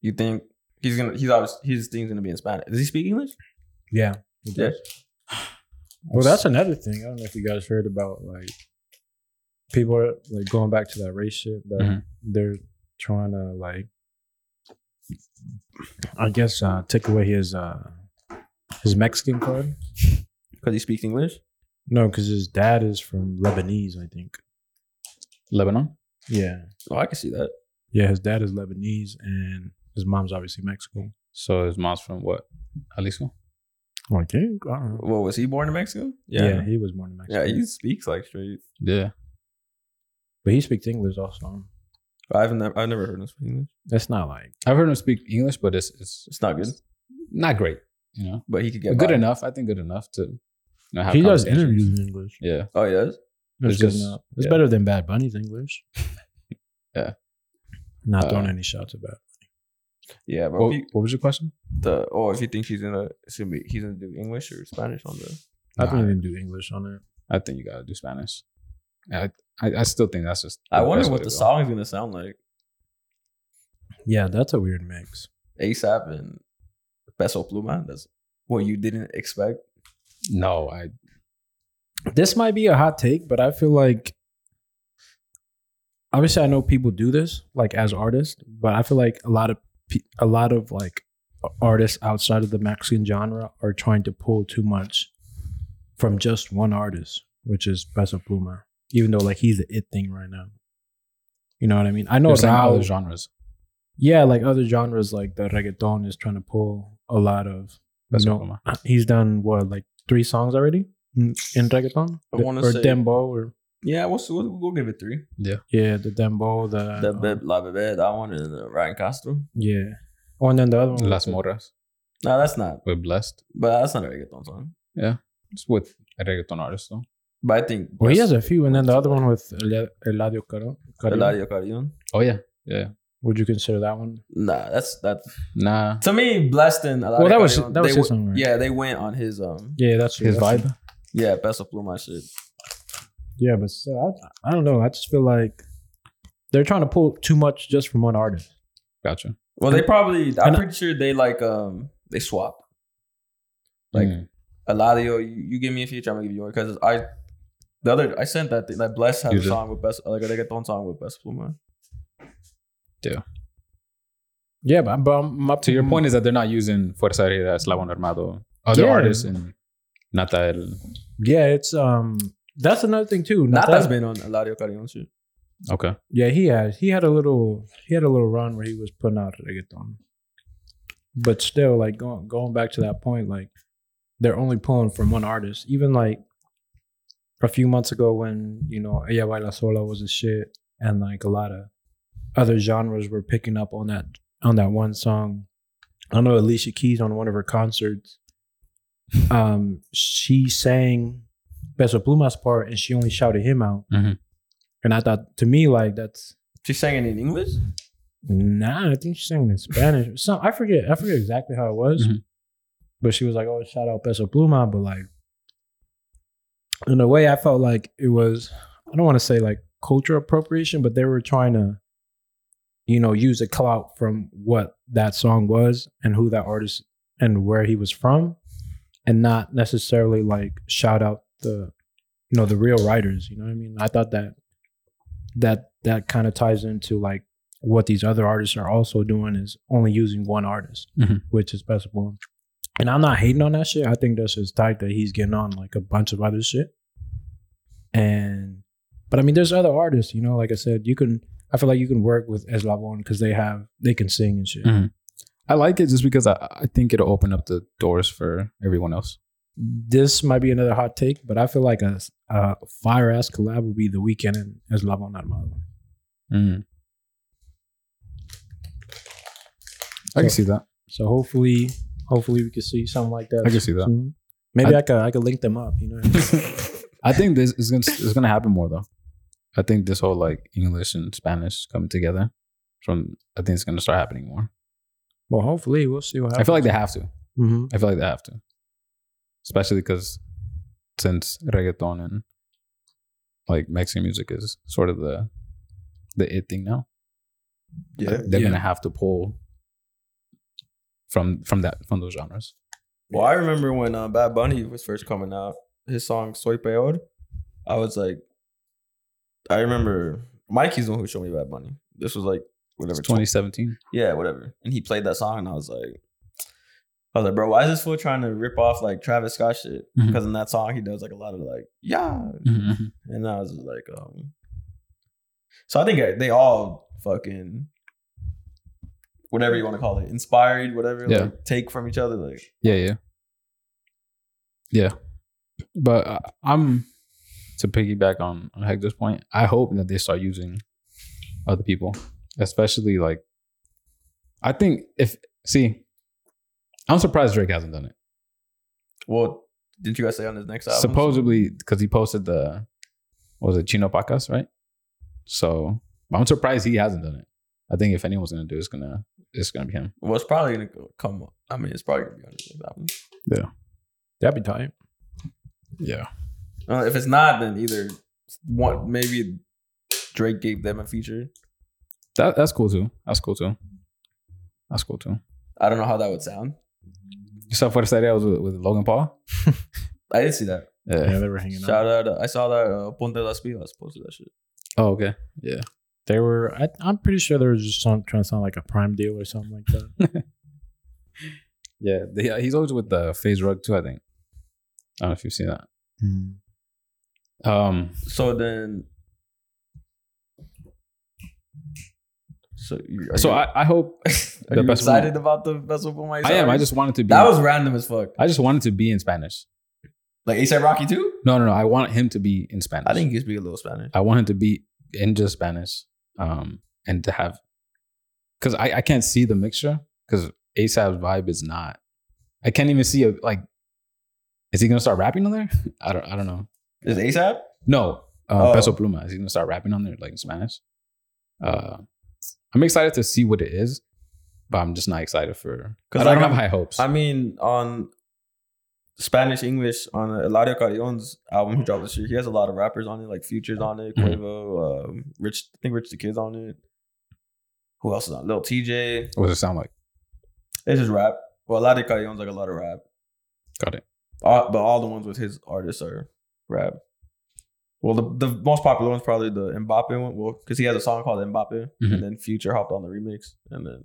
S2: You think he's gonna? He's obviously his thing's gonna be in Spanish. Does he speak English?
S3: Yeah.
S2: Yeah.
S3: Well, that's another thing. I don't know if you guys heard about like people are like going back to that race shit that
S1: Mhm.
S3: they're trying to like I guess uh take away his uh his Mexican card.
S2: Because he speaks English.
S3: No, because his dad is from Lebanese, I think.
S1: Lebanon.
S3: Yeah.
S2: Oh, I can see that.
S3: Yeah, his dad is Lebanese and his mom's obviously Mexican.
S1: So his mom's from what? Jalisco.
S3: Okay. I don't know.
S2: Well, was he born in Mexico?
S3: Yeah.
S2: Yeah.
S3: he was born in
S2: Yeah,
S3: Mexico.
S2: he speaks like straight.
S1: Yeah.
S3: but he speaks English also.
S2: I've never, I've never heard him speak English.
S3: That's not like
S1: I've heard him speak English, but it's it's
S2: It's not good,
S1: not great. You know,
S2: but he could get
S1: good
S2: by.
S1: enough. I think good enough to. You know, have
S3: he does
S1: conversations.
S3: interviews in English.
S1: Yeah.
S2: Oh, he does.
S3: That's
S1: It's
S3: good
S1: just-
S3: enough. It's
S1: yeah.
S3: better than Bad Bunny's English.
S1: Yeah.
S3: Not
S1: Uh,
S3: throwing any shots at Bad.
S2: Yeah, but
S1: What, what was your question?
S2: the oh, if you think he's gonna, it's gonna be, he's gonna do English or Spanish on the.
S3: I
S1: Nah,
S3: think they didn't do English on it.
S1: I think you gotta do Spanish. I I, I still think that's just.
S2: I wonder
S1: best way
S2: what
S1: to
S2: the
S1: go.
S2: song's gonna sound like.
S3: Yeah, that's a weird mix.
S2: ASAP and Peso Pluma. That's what you didn't expect.
S1: No, I
S3: This might be a hot take, but I feel like obviously I know people do this like as artists, but I feel like a lot of pe- a lot of like artists outside of the Mexican genre are trying to pull too much from just one artist, which is Peso Pluma, even though like he's the it thing right now. You know what I mean? I
S1: no
S3: know
S1: all
S3: Rao-
S1: the genres.
S3: Yeah, like other genres, like the reggaeton is trying to pull a lot of.
S1: That's
S3: you
S1: what
S3: know, uh,
S1: I'm
S3: he's done what like three songs already in in reggaeton,
S2: I
S3: The-
S2: wanna
S3: or
S2: say-
S3: dembo, or
S2: Yeah, we'll we'll, we'll give it three.
S3: yeah, the dembo, the,
S2: The
S3: um,
S2: Beb- La Bebe, that one, and the Ryan Castro.
S3: yeah. Oh, and then the other one,
S1: Las
S3: was the-
S1: Moras.
S2: No, that's not.
S1: We're blessed.
S2: But that's not a reggaeton song.
S1: It's with a reggaeton artist though.
S2: But I think.
S3: Well, he has a few, and then the other one with Ela- Eladio Caro. Carrillo.
S2: Eladio Carrion.
S1: Oh yeah, yeah.
S3: Would you consider that one?
S2: Nah, that's that.
S1: Nah,
S2: To me, Blessed and Eladio
S3: Well, that was-
S2: Carrion,
S3: that was
S2: they
S3: his
S2: went-
S3: song, right?
S2: Yeah, they went on his um.
S3: Yeah, that's
S1: his
S3: that's-
S1: vibe.
S2: Yeah, Best of Pluma shit.
S3: Yeah, but still, I, I don't know. I just feel like they're trying to pull too much just from one artist.
S1: Gotcha.
S2: Well, they probably. I'm
S3: And-
S2: pretty sure they like um they swap. Like
S1: Mm.
S2: Eladio, you, you give me a feature, I'm gonna give you one because I. The other I sent that thing that Bless has
S1: You
S2: a
S1: did.
S2: song with Best like a reggaeton song with Best Pluma.
S3: Yeah, but, but my,
S1: to your point is that they're not using Fuerza Herida, Eslabón Armado, other
S3: Yeah.
S1: artists, and not that.
S3: Yeah, it's um. That's another thing too.
S2: Not
S3: Natal-
S2: that's been on Eladio Carrion shit.
S1: Okay.
S3: Yeah, he had he had a little he had a little run where he was putting out reggaeton. But still, like going going back to that point, like they're only pulling from one artist. Even like a few months ago when, you know, Ella Baila Sola was a shit and like a lot of other genres were picking up on that on that one song. I know Alicia Keys on one of her concerts. Um, she sang Beso Pluma's part and she only shouted him out.
S1: Mhm.
S3: And I thought to me like that's
S2: She sang it in English.
S3: Nah, I think she sang it in Spanish. Some I forget. I forget exactly how it was,
S1: Mhm.
S3: but she was like, "Oh, shout out Peso Pluma," but like, in a way, I felt like it was. I don't want to say like cultural appropriation, but they were trying to, you know, use a clout from what that song was and who that artist and where he was from, and not necessarily like shout out the, you know, the real writers. You know what I mean? I thought that that that kind of ties into like what these other artists are also doing is only using one artist,
S1: Mhm.
S3: which is Best Boy. And I'm not hating on that shit. I think that's just tight that he's getting on like a bunch of other shit. And but I mean, there's other artists, you know. Like I said, you can. I feel like you can work with Eslabon because they have they can sing
S1: Mm-hmm.
S3: and shit.
S1: Mhm. I like it just because I, I think it'll open up the doors for everyone else.
S3: this might be another hot take, but I feel like a, a fire ass collab would be the weekend and Eslabon Armado.
S1: Mm. I can see that.
S3: So hopefully, hopefully we can see something like that.
S1: I can see that.
S3: soon. Maybe I, could I could link them up. You know,
S1: I think this is gonna it's gonna happen more though. I think this whole like English and Spanish coming together from I think it's gonna start happening more.
S3: well, hopefully we'll see what
S1: I
S3: happens.
S1: feel like they have to.
S3: hmm
S1: I feel like they have to, especially because since reggaeton and like Mexican music is sort of the the it thing now.
S2: Yeah.
S1: Like, they're
S3: Yeah.
S1: gonna have to pull from from that from those genres.
S2: Well, I remember when uh, Bad Bunny was first coming out, his song Soy Peor. I was like, I remember Mikey's the one who showed me Bad Bunny. This was like
S1: It's
S2: whatever
S1: 2017.
S2: Yeah, whatever. And he played that song, and I was like, I was like, bro, why is this fool trying to rip off like Travis Scott shit?
S1: Mhm.
S2: Because in that song, he does like a lot of like, yeah,
S1: Mm-hmm.
S2: and I was just like, um. So I think they all fucking whatever you want to call it, inspired, whatever,
S1: Yeah.
S2: like take from each other, like
S1: Yeah, yeah, yeah. But uh, I'm to piggyback on, on Hector's point. I hope that they start using other people, especially like I think if see, I'm surprised Drake hasn't done it.
S2: Well, didn't you guys say on his next album?
S1: Supposedly because he posted the what was it Chino Pacas, right? So I'm surprised he hasn't done it. I think if anyone's gonna do it, it's gonna it's gonna be him.
S2: well, it's probably gonna go- come. up. I mean, it's probably gonna be on his next album.
S3: That'd be tight.
S1: Yeah.
S2: Uh, if it's not, then either one maybe Drake gave them a feature.
S1: That that's cool too. That's cool too. That's cool too.
S2: I don't know how that would sound.
S1: You saw Fuerza Aérea was with, with Logan Paul?
S2: I did see that.
S3: Yeah, they were hanging out.
S2: Shout out! uh, I saw that uh, Ponte Las Pilas posted that shit.
S1: Oh, okay. Yeah.
S3: They were. I, I'm pretty sure they were just some, trying to sound like a prime deal or something like that.
S1: Yeah. They, uh, he's always with the phase rug too, I think. I don't know if you've seen that.
S2: Hmm.
S1: Um,
S2: So then, so you,
S1: so I, I hope
S2: are
S1: the
S2: you
S1: best
S2: excited about the Vessel Boom?
S1: I am. I just wanted to be
S2: that was random as fuck.
S1: I just wanted to be in Spanish.
S2: Like ASAP Rocky too.
S1: No, no, no. I want him to be in Spanish.
S2: I think you speak a little Spanish.
S1: I want him to be in just Spanish. Um, and to have because I, I can't see the mixture because ASAP's vibe is not I can't even see a like is he gonna start rapping on there? I don't I don't know.
S2: Is ASAP?
S1: No, uh,
S2: Oh.
S1: Peso Pluma. Is he gonna start rapping on there like in Spanish? Uh, I'm excited to see what it is, but I'm just not excited for.
S2: 'Cause
S1: Because I don't
S2: like,
S1: have high hopes.
S2: I mean, on Spanish English on Eladio Carrion's album he dropped this year, he has a lot of rappers on it, like Futures on it,
S1: Mhm.
S2: Quavo, um, Rich. I think Rich the Kid's on it. Who else is on? Lil TJ.
S1: what does it sound like?
S2: It's just rap. Well, Eladio Carrion's like a lot of rap,
S1: Got it.
S2: all, but all the ones with his artists are rap. Well, the, the most popular one's probably the Mbappe one. Well, because he has a song called Mbappe,
S1: Mhm.
S2: and then Future hopped on the remix, and then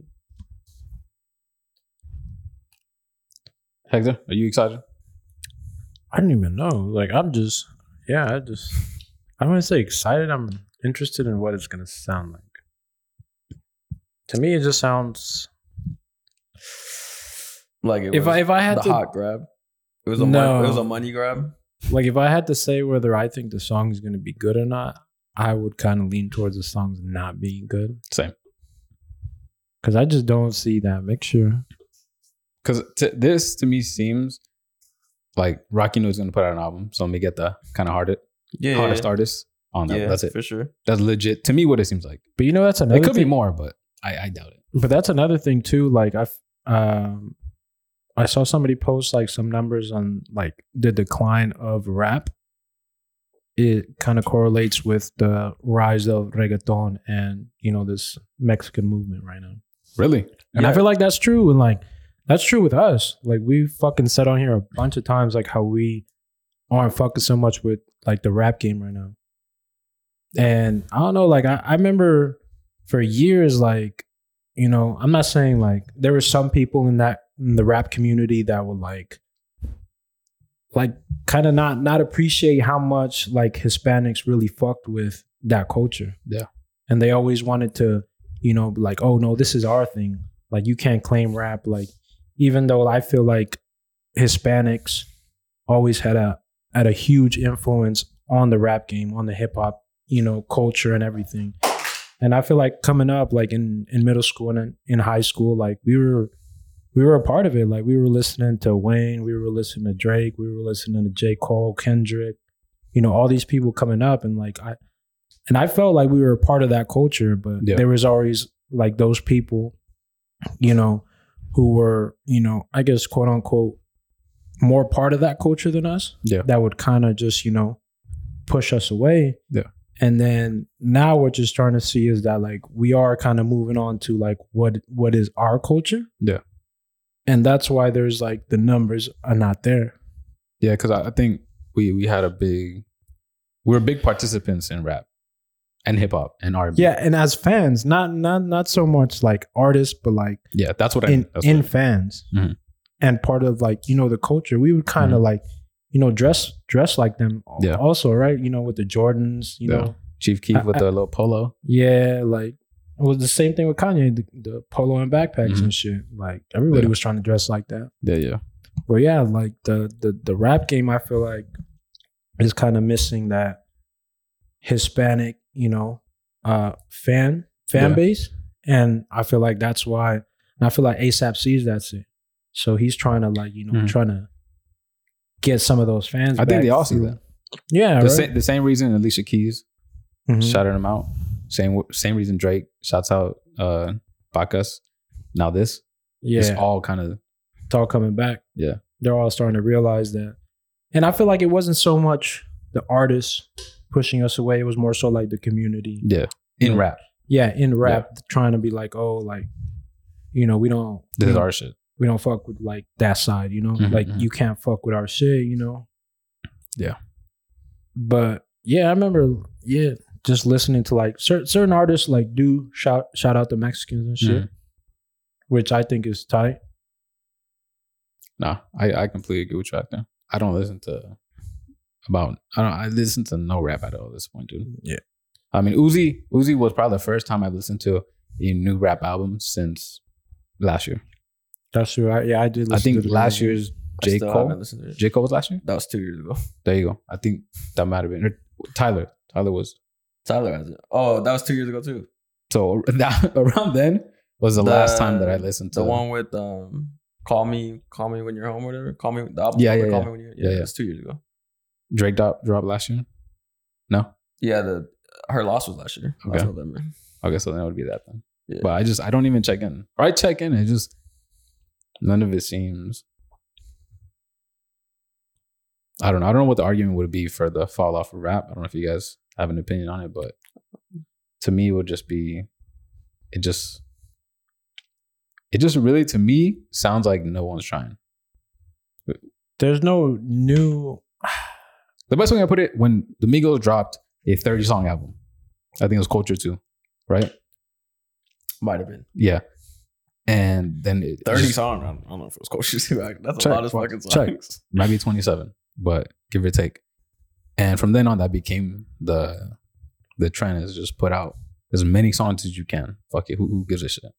S1: Hector, are you excited?
S3: I don't even know. Like I'm just. Yeah, I just. I want to say excited. I'm interested in what it's gonna sound like. To me, it just sounds.
S2: like it
S3: If
S2: was
S3: I if I had
S2: the
S3: to
S2: hot grab. It was a
S3: No.
S2: mon- it was a money grab.
S3: like if I had to say whether I think the song is gonna be good or not, I would kind of lean towards the songs not being good
S1: Same.
S3: because I just don't see that mixture.
S1: Because t- this to me seems like Rocky No's gonna put out an album, so let me get the kind of hardest
S2: Yeah,
S1: hardest artist on that. That's it.
S2: for sure.
S1: That's legit to me. What it seems like.
S3: But you know, that's another.
S1: it could
S3: thing.
S1: be more, but I, I doubt it.
S3: but that's another thing too like i've um i saw somebody post like some numbers on like the decline of rap it kind of correlates with the rise of reggaeton and you know this mexican movement right now
S1: Really?
S3: and i feel like that's true and like that's true with us like we fucking said on here a bunch of times like how we aren't fucking so much with like the rap game right now and i don't know like i, I remember for years like you know i'm not saying like there were some people in that in the rap community that would like like kind of not not appreciate how much like hispanics really fucked with that culture
S1: Yeah.
S3: and they always wanted to you know be like oh no this is our thing like you can't claim rap like even though i feel like hispanics always had a had a huge influence on the rap game, on the hip hop, you know, culture and everything. And I feel like coming up, like in in middle school and in, in high school, like we were we were a part of it. Like we were listening to Wayne, we were listening to Drake, we were listening to J. Cole, Kendrick, you know, all these people coming up and like I and I felt like we were a part of that culture, but
S1: Yeah.
S3: there was always like those people, you know, who were, you know, I guess quote unquote more part of that culture than us.
S1: Yeah.
S3: That would kind of just, you know, push us away.
S1: Yeah.
S3: And then now what you're starting to see is that like we are kind of moving on to like what what is our culture.
S1: Yeah.
S3: And that's why there's like the numbers are not there.
S1: Yeah, because I, I think we we had a big, we were big participants in rap, and hip hop and R and B.
S3: Yeah, and as fans, not not not so much like artists, but like
S1: yeah, that's what I.
S3: in
S1: that's
S3: in
S1: what I-
S3: fans
S1: Mhm.
S3: and part of like you know the culture we would kind of like you know dress dress like them al-
S1: Mm-hmm. Yeah.
S3: also right you know with the jordans you
S1: Yeah.
S3: know
S1: Chief Keef with
S3: I-
S1: the little polo.
S3: yeah like it was the same thing with kanye the, the polo and backpacks
S1: Mhm.
S3: and shit like everybody
S1: Yeah.
S3: was trying to dress like that
S1: Yeah, yeah,
S3: but yeah like the the, the rap game i feel like is kind of missing that hispanic you know uh fan fan
S1: Yeah.
S3: base and i feel like that's why and i feel like asap sees that's it so he's trying to like you know
S1: Mhm.
S3: trying to get some of those fans
S1: I think
S3: back
S1: they all see
S3: through-
S1: that.
S3: yeah
S1: The
S3: right?
S1: same the same reason Alicia Keys
S3: Mhm.
S1: shouted him out. Same same reason Drake shouts out uh Bacchus. Now this,
S3: yeah
S1: it's all kind of
S3: it's all coming back.
S1: Yeah.
S3: They're all starting to realize that. And I feel like it wasn't so much the artists pushing us away, it was more so like the community.
S1: yeah in
S3: Yeah.
S1: rap.
S3: Yeah, in rap, trying to be like, oh, like, you know, we don't
S1: This
S3: we,
S1: is
S3: don't-
S1: our shit.
S3: we don't fuck with like that side, you know?
S1: Mhm,
S3: like
S1: mhm.
S3: you can't fuck with our shit, you know?
S1: Yeah.
S3: But yeah, I remember yeah, just listening to like cer- certain artists like do shout shout out the Mexicans and shit,
S1: Mm-hmm.
S3: which I think is tight.
S1: No, I, I completely agree with you out there. I don't listen to about I don't I listen to no rap at all at this point, dude.
S3: Yeah.
S1: I mean Uzi Uzi was probably the first time I've listened to a new rap album since last year.
S3: That's true. I, yeah, I did.
S1: I think
S3: to the
S1: last
S3: music.
S1: year's
S2: I
S1: J.
S2: still haven't
S1: Cole.
S2: listened to it.
S1: J. Cole was last year?
S2: That was two years ago.
S1: There you go. I think that might have been or Tyler. Tyler was
S2: Tyler has it. Oh, that was two years ago too.
S1: so that around then was the,
S2: The-
S1: last time that I listened to
S2: The one with um, call me, call me when you're home, or whatever. Call me. The album.
S1: Yeah,
S2: cover,
S1: yeah,
S2: call
S1: yeah.
S2: me when you're.
S1: Yeah,
S2: Yeah,
S1: yeah.
S2: it's two years ago.
S1: Drake drop dropped last year. No?
S2: Yeah, the her loss was last year.
S1: Okay.
S2: Last November.
S1: Okay, so then it would be that then.
S2: Yeah.
S1: But I just I don't even check in. Or I check in and just none of it seems. I don't know. I don't know what the argument would be for the fall off of rap. I don't know if you guys have an opinion on it, but to me it would just be it just it just really to me sounds like no one's trying.
S3: there's no new.
S1: The best way I put it, when the Migos dropped a 30 song album, I think it was Culture 2, right?
S2: Might have been
S1: Yeah. And then it
S2: thirty
S1: just-
S2: songs. I don't, I don't know if it was Coach Like, That's
S1: Check.
S2: a lot of fucking songs.
S1: Check. might be 27 but give or take and from then on that became the the trend is just put out as many songs as you can fuck it who, who gives a shit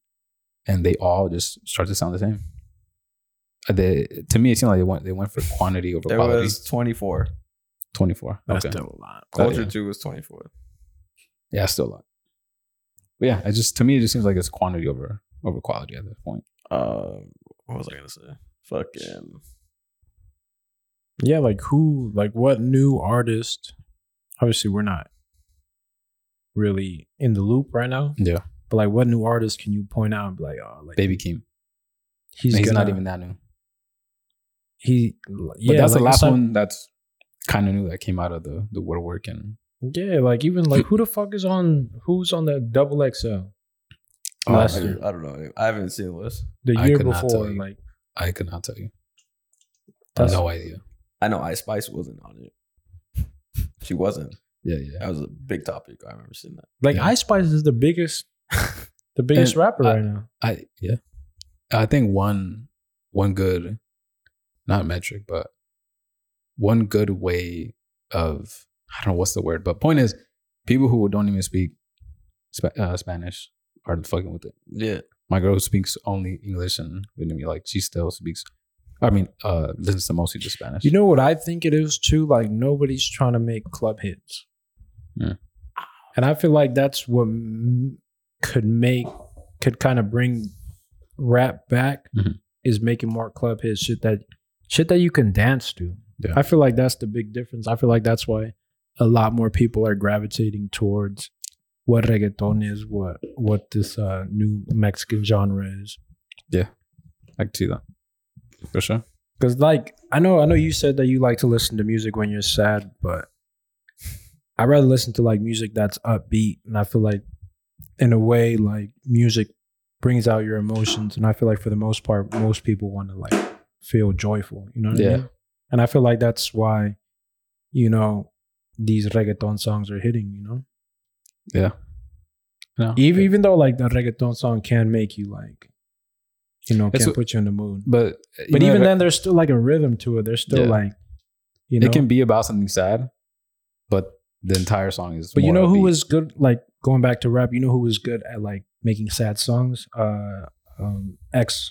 S1: and they all just start to sound the same Uh, they, to me it seemed like they went they went for quantity over
S2: There
S1: quality
S2: was twenty four.
S1: 24 okay
S3: still a lot.
S1: Oh,
S2: Culture
S1: yeah.
S2: two was twenty four.
S1: yeah still a lot but yeah it just to me it just seems like it's quantity over over quality at this point
S2: Um, what was I gonna say? Fucking.
S3: Yeah, like who, like what new artist? Obviously, we're not really in the loop right now,
S1: yeah
S3: but like what new artist can you point out and be like, oh, like
S1: baby keem
S3: he's,
S1: And he's not
S3: gonna-
S1: even that new
S3: he.
S1: but
S3: Yeah,
S1: that's
S3: like,
S1: the
S3: it's
S1: last
S3: like-
S1: one that's kind of new that came out of the the woodwork and
S3: Yeah, like even like who the fuck is on who's on the double XL
S1: Oh,
S3: last
S2: I,
S3: year,
S2: I don't know. I haven't seen the list.
S3: the
S1: I
S3: year
S1: could not tell
S3: before,
S1: you.
S3: like
S1: I could not tell you.
S3: That's-
S1: no idea.
S2: I know Ice Spice wasn't on it. She wasn't.
S1: Yeah, yeah.
S2: That was a big topic. I remember seeing that.
S3: like
S1: Yeah.
S3: Ice Spice is the biggest, the biggest
S1: And
S3: rapper
S1: I-
S3: right now.
S1: I yeah. I think one one good not metric, but one good way of I don't know what's the word, but point is people who don't even speak Spa- uh, Spanish are fucking with it.
S2: Yeah.
S1: My girl who speaks only English and Vietnamese, like she still speaks I mean, uh, listens to mostly just Spanish.
S3: You know what I think it is too? Like nobody's trying to make club hits.
S1: Yeah.
S3: And I feel like that's what m- could make could kind of bring rap back
S1: Mhm.
S3: is making more club hits shit that shit that you can dance to.
S1: Yeah.
S3: I feel like that's the big difference. I feel like that's why a lot more people are gravitating towards what reggaeton is, what what this uh, new Mexican genre is.
S1: I can see that for sure.
S3: Cause like I know I know you said that you like to listen to music when you're sad, but I'd rather listen to like music that's upbeat and I feel like in a way like music brings out your emotions and I feel like for the most part most people want to like feel joyful, you know what
S1: Yeah.
S3: I mean? And I feel like that's why, you know, these reggaeton songs are hitting, you know?
S1: Yeah. No,
S3: Even even though like the reggaeton song can make you like you know,
S1: It's
S3: can
S1: a-
S3: put you in the mood.
S1: but uh,
S3: But
S1: you know,
S3: even
S1: it-
S3: then, there's still like a rhythm to it. There's still
S1: Yeah.
S3: like, you know.
S1: it can be about something sad, but the entire song is.
S3: but you
S1: more
S3: know who
S1: upbeat.
S3: was good? Like going back to rap, you know who was good at like making sad songs? Uh, um, X.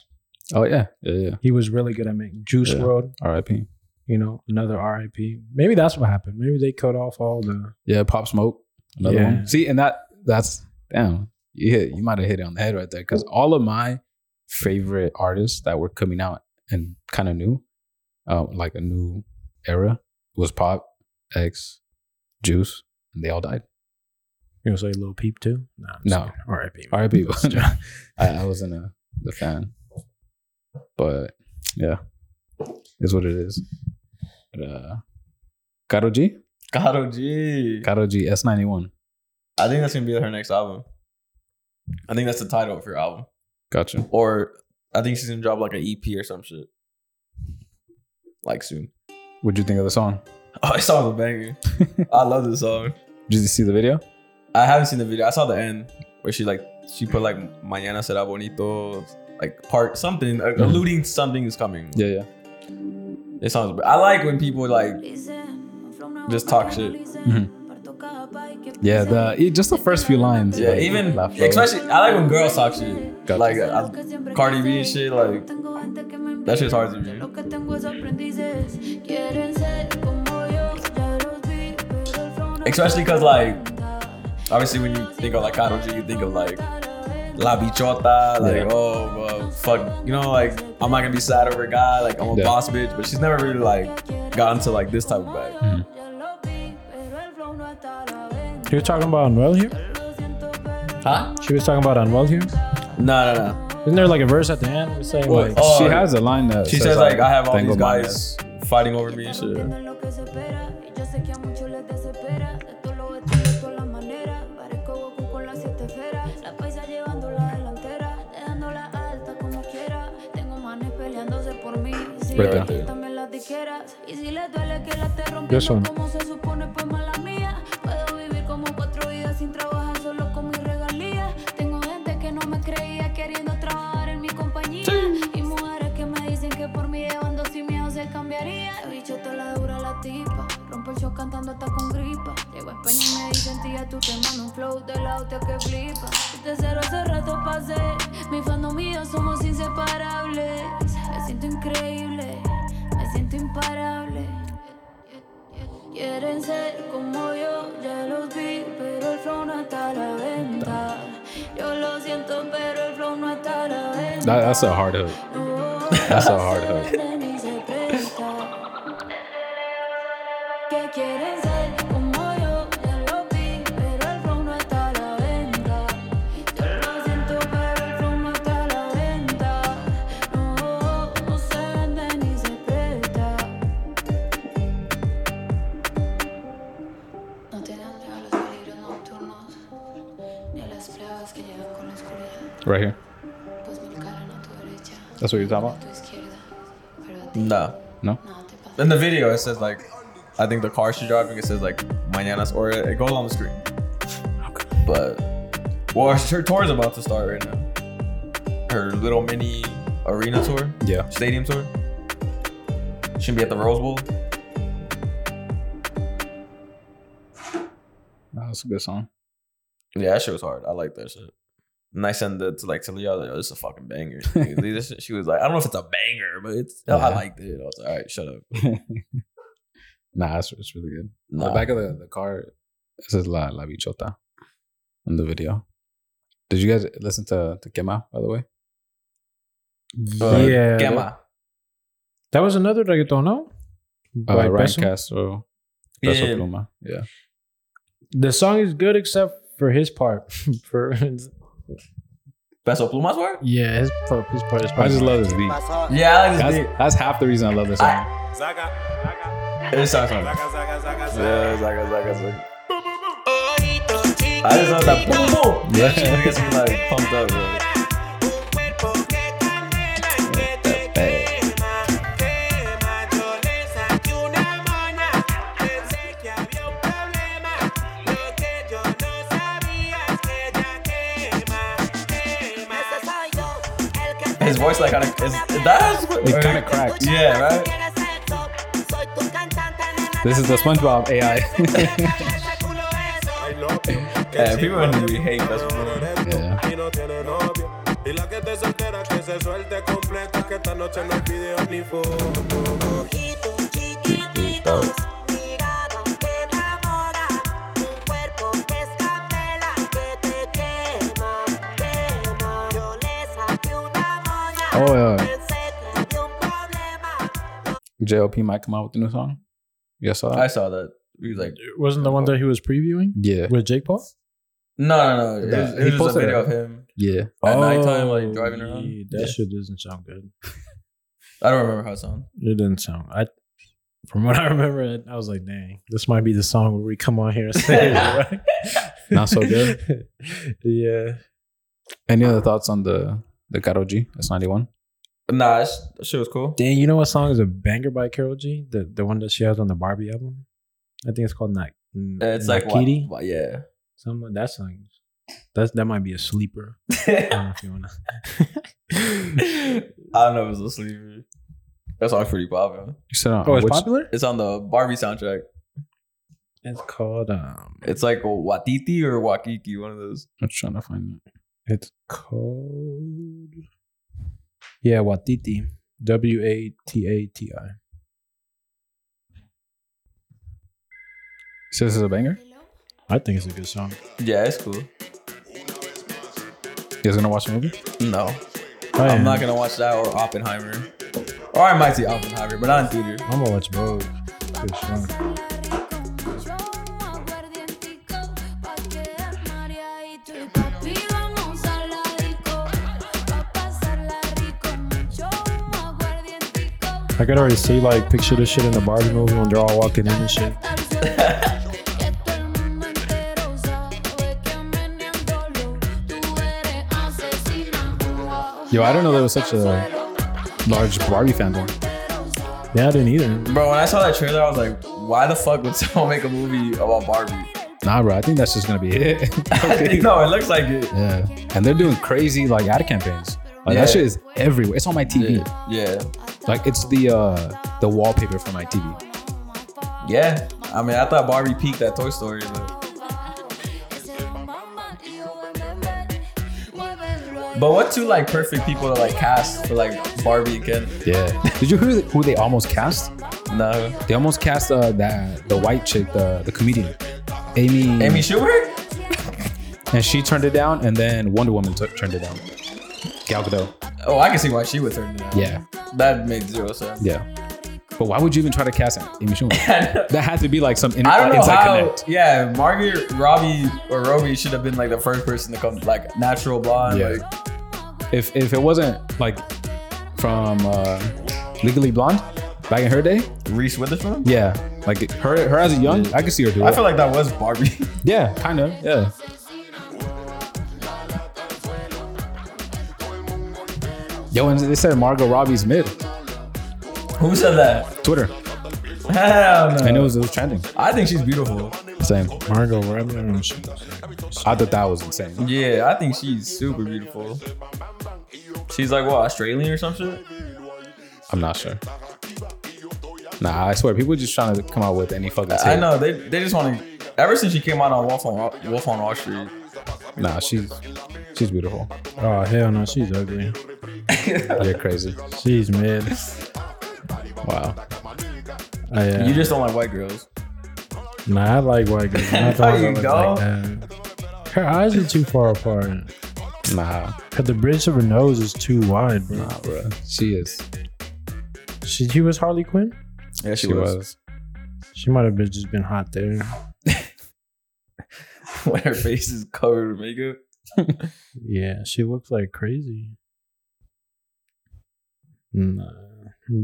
S1: Oh yeah, yeah, yeah.
S3: He was really good at making Juice
S1: Yeah.
S3: World.
S1: R.I.P.
S3: You know, another R.I.P. Maybe that's what happened. Maybe they cut off all the.
S1: Yeah, Pop Smoke, another
S3: Yeah.
S1: one. See, and that that's damn. You hit, you might have hit it on the head right there because all of my favorite artists that were coming out and kind of new, uh, like a new era, was Pop, X, Juice, and they all died.
S3: You know, say Lil Peep too. No, I'm
S1: No.
S3: just kidding. R.I.P.
S1: R.I.P. I, I wasn't a the fan, but yeah, is what it is. But, uh, Karol G,
S2: God, oh, gee.
S1: Karol G, S ninety one.
S2: I think that's gonna be her next album. I think that's the title of her album.
S1: Gotcha.
S2: Or I think she's gonna drop like an EP or some shit. Like soon.
S1: What'd you think of the song?
S2: Oh, this song's a banger. I love this song.
S1: Did you see the video?
S2: I haven't seen the video. I saw the end where she like she put like mañana será bonito, like part something like,
S1: Mhm.
S2: alluding something is coming.
S1: Yeah, yeah.
S2: It sounds. I like when people like
S6: just talk shit.
S1: Mhm. Yeah, the it, just the first few lines.
S2: yeah,
S1: like,
S2: even
S1: left over.
S2: especially I like when girls talk shit.
S1: Gotcha.
S2: Like uh, Cardi B and shit. Like
S6: that shit's hard
S2: to do.
S6: to me.
S2: Especially 'cause, like, obviously when you think of like Karol G, you think of like La Bichota, like
S1: Yeah.
S2: oh well, fuck, you know, like I'm not gonna be sad over a guy, like I'm a
S1: Yeah.
S2: boss bitch, but she's never really like gotten to like this type of bag.
S3: She was talking about unwell here.
S2: Huh?
S3: She was talking about unwell here.
S1: Hmm.
S2: No, no, no.
S3: Isn't there like a verse at the end? It's saying
S1: Well,
S3: like,
S2: oh,
S1: she has a line that
S2: She says like I have all
S1: "Tengo
S2: these
S1: mañas."
S2: guys fighting over me and shit.
S1: Right there.
S3: This one.
S6: pues Y mujeres que me dicen que por mí llevando sin miedo se cambiaría. He dicho toda la dura la tipa. Rompo el show cantando hasta con gripa. Llego a España y me dicen, tía, tú te mando un flow de la hostia que flipa. Desde cero hace rato pasé. Mi fandom y yo somos inseparables. Me siento increíble. Me siento imparable. Quieren ser como yo, ya los vi, pero el flow no está a la venta. Yo lo siento, pero el flow no está a la venta.
S1: That- that's a hard hook.
S6: That's
S1: a hard hook.
S6: No tienen miedo a los peligros nocturnos, ni a las plagas que llegan con la oscuridad,
S1: Right here.
S6: pues mil caran a tu derecha,
S1: That's what you're talking
S6: a
S1: about.
S6: tu izquierda, pero a ti
S2: No.
S1: No.
S6: nada te pasa.
S2: In the video it says like I think the car she's driving it says like mañanas or it goes on the screen. But well her tour is about to start right now. Her little mini arena tour.
S1: Yeah.
S2: stadium tour. Shouldn't be at the Rose Bowl.
S1: That's a good song.
S2: Yeah, that shit was hard. I like that shit. And I sent it to like to Leo. I was like, "Yo, this is a fucking banger. Like, this- she was like, I don't know if it's a banger, but it's, oh, I
S1: Yeah.
S2: liked it. I was like, all right, shut up.
S1: Nah, it's, it's really good. On
S2: Nah.
S1: The back of the, the car it says La La Bichota in the video. Did you guys listen to to Kema by the way?
S2: Uh,
S3: yeah. That,
S2: Gemma.
S3: that was another reggaeton, no?
S1: Uh,
S3: By
S1: Ryan
S3: Peso?
S1: Castro, Peso
S2: Yeah.
S1: Pluma. Yeah,
S3: The song is good except for his part. for
S2: Peso Pluma's work?
S3: yeah, his part. His part. His part.
S1: I just love this beat.
S2: Yeah, I like
S1: That's,
S2: this beat.
S1: that's half the reason I love this song.
S2: It sounds like. Yeah, it's like, it's like, it's like. I just love that boom boom. Yeah,
S1: Yeah.
S2: that shit gets me like pumped up. Bro. His voice like kind of is that's what
S1: It kind of cracked.
S2: yeah right.
S1: This is the SpongeBob AI.
S2: Yeah, people really hate Peso Pluma.
S1: yeah.
S7: y no tiene novio. Y la que te soltera que se suelte completa, que esta noche no hay video ni foto.
S1: Oh, yeah. JLP might come out with a new song. Yes, saw
S2: I
S1: that?
S2: saw that. He was like,
S3: Wasn't the one that he was previewing
S1: Yeah.
S3: with Jake Paul?
S2: no, no, no. It
S1: Yeah,
S2: was,
S1: he
S2: it was just a
S1: posted
S2: video
S1: it.
S2: of him
S1: Yeah.
S2: at nighttime, like driving
S3: Oh, yeah,
S2: around.
S3: That
S2: Yeah.
S3: shit doesn't sound good.
S2: I don't remember how it sounded.
S3: It didn't sound. I from what I remember, it, I was like, "Dang, this might be the song where we come on here and say it, right?"
S1: Not so good?
S3: yeah.
S1: Any other thoughts on the the Karol G? That's 91.
S2: Nah, that sh- that shit was cool.
S3: Dang, you know what song is a banger by Carol G? The the one that she has on the Barbie album. I think it's called Night.
S2: Uh, It's like what-
S3: Kitty.
S2: what- yeah.
S3: Some that song. That's that might be a sleeper. I don't know if you wanna.
S2: I don't know if it's a sleeper. That song's pretty popular.
S1: You said on
S3: Oh, it's
S1: which-
S3: popular.
S2: It's on the Barbie soundtrack.
S3: It's called um.
S2: It's like Watiti or Wakiki, one of those.
S1: I'm trying to find it.
S3: It's called. Yeah, Watiti. W A T A T I.
S1: So this is a banger?
S3: I think it's a good song.
S2: Yeah, it's cool.
S1: You guys gonna watch the movie?
S2: No, I'm not gonna watch that or Oppenheimer. Or I might see Oppenheimer, but not in theater.
S3: I'm gonna watch both. Good song. I could already see like picture this shit in the Barbie movie when they're all walking in and shit.
S1: Yo, I don't know there was such a large Barbie fanboy.
S3: Yeah, I didn't either.
S2: Bro, when I saw that trailer, I was like, why the fuck would someone make a movie about Barbie?
S1: Nah, bro. I think that's just gonna be it.
S2: no, it looks like it.
S1: yeah. And they're doing crazy like ad campaigns. Like
S2: Yeah.
S1: that shit is everywhere. It's on my TV.
S2: Yeah. Yeah.
S1: Like it's the uh the wallpaper for my TV.
S2: Yeah. I mean, I thought Barbie peaked at Toy Story, but. But what two like perfect people to like cast for like Barbie again?
S1: Yeah. Did you hear who they almost cast?
S2: No.
S1: They almost cast uh, that the white chick, the the comedian, Amy.
S2: Amy Schumer?
S1: and she turned it down, and then Wonder Woman took turned it down. Gal Gadot.
S2: Oh, I can see why she would turn it down.
S1: Yeah,
S2: That made zero sense.
S1: yeah. But why would you even try to cast Amy Schumer? that had to be like some in-
S2: I don't know
S1: inside
S2: how.
S1: connect.
S2: Yeah, Margaret Robbie or Robbie should have been like the first person to come like natural blonde.
S1: Yeah.
S2: Like,
S1: If if it wasn't like from uh, Legally Blonde back in her day,
S2: Reese Witherspoon.
S1: yeah. Like her her as a young, I could see her do it.
S2: I feel like that was Barbie.
S1: yeah, kind of. Yeah. Yo, and they said Margot Robbie's mid.
S2: Who said that?
S1: Twitter.
S2: Hell no.
S1: And it was, it was trending.
S2: I think she's beautiful.
S1: Uh, Same.
S3: Margot Robbie. I don't know.
S1: I thought that was insane.
S2: Yeah, I think she's super beautiful. She's like what Australian or some shit.
S1: I'm not sure. Nah, I swear, people just trying to come out with any fucking.
S2: I
S1: tape.
S2: know they they just want to. Ever since she came out on Wolf on Wa- Wolf on Wall Street,
S1: Nah, she's she's She's beautiful.
S3: Oh hell no, she's ugly.
S1: You're crazy.
S3: She's mid.
S1: Wow.
S3: I, uh,
S2: You just don't like white girls.
S3: nah, I like white girls. Not the
S2: There
S3: ones that
S2: you
S3: look
S2: go.
S3: Like that. Her eyes are too far apart.
S1: Nah,
S3: Her, the bridge of her nose is too wide, bro.
S1: nah, bro. She is.
S3: She, she was Harley Quinn.
S2: Yeah,
S1: She was.
S3: She might have been just been hot there.
S2: when her face is covered in makeup.
S3: Yeah, she looks like crazy. Nah,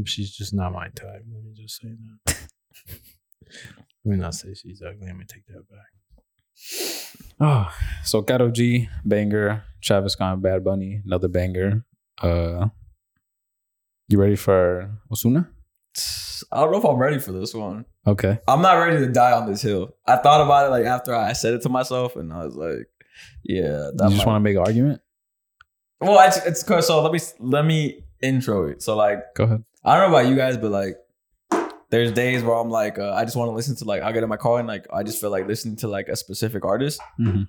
S3: she's just not my type. Let me just say that. let me not say she's ugly. Let me take that Ah. back.
S1: Oh, so Kato G, banger. Travis Scott, Bad Bunny, another banger. Uh, you ready for Osuna?
S2: I don't know if I'm ready for this one.
S1: Okay.
S2: I'm not ready to die on this hill. I thought about it like after I said it to myself, and I was like, "Yeah, that
S1: you just
S2: might-
S1: want to make an argument?
S2: Well, it's, it's cool. So let me let me intro it. So like,
S1: Go ahead.
S2: I don't know about you guys, but like, there's days where I'm like, uh, I just want to listen to like, I get in my car and like, I just feel like listening to like a specific artist.
S1: Mhm.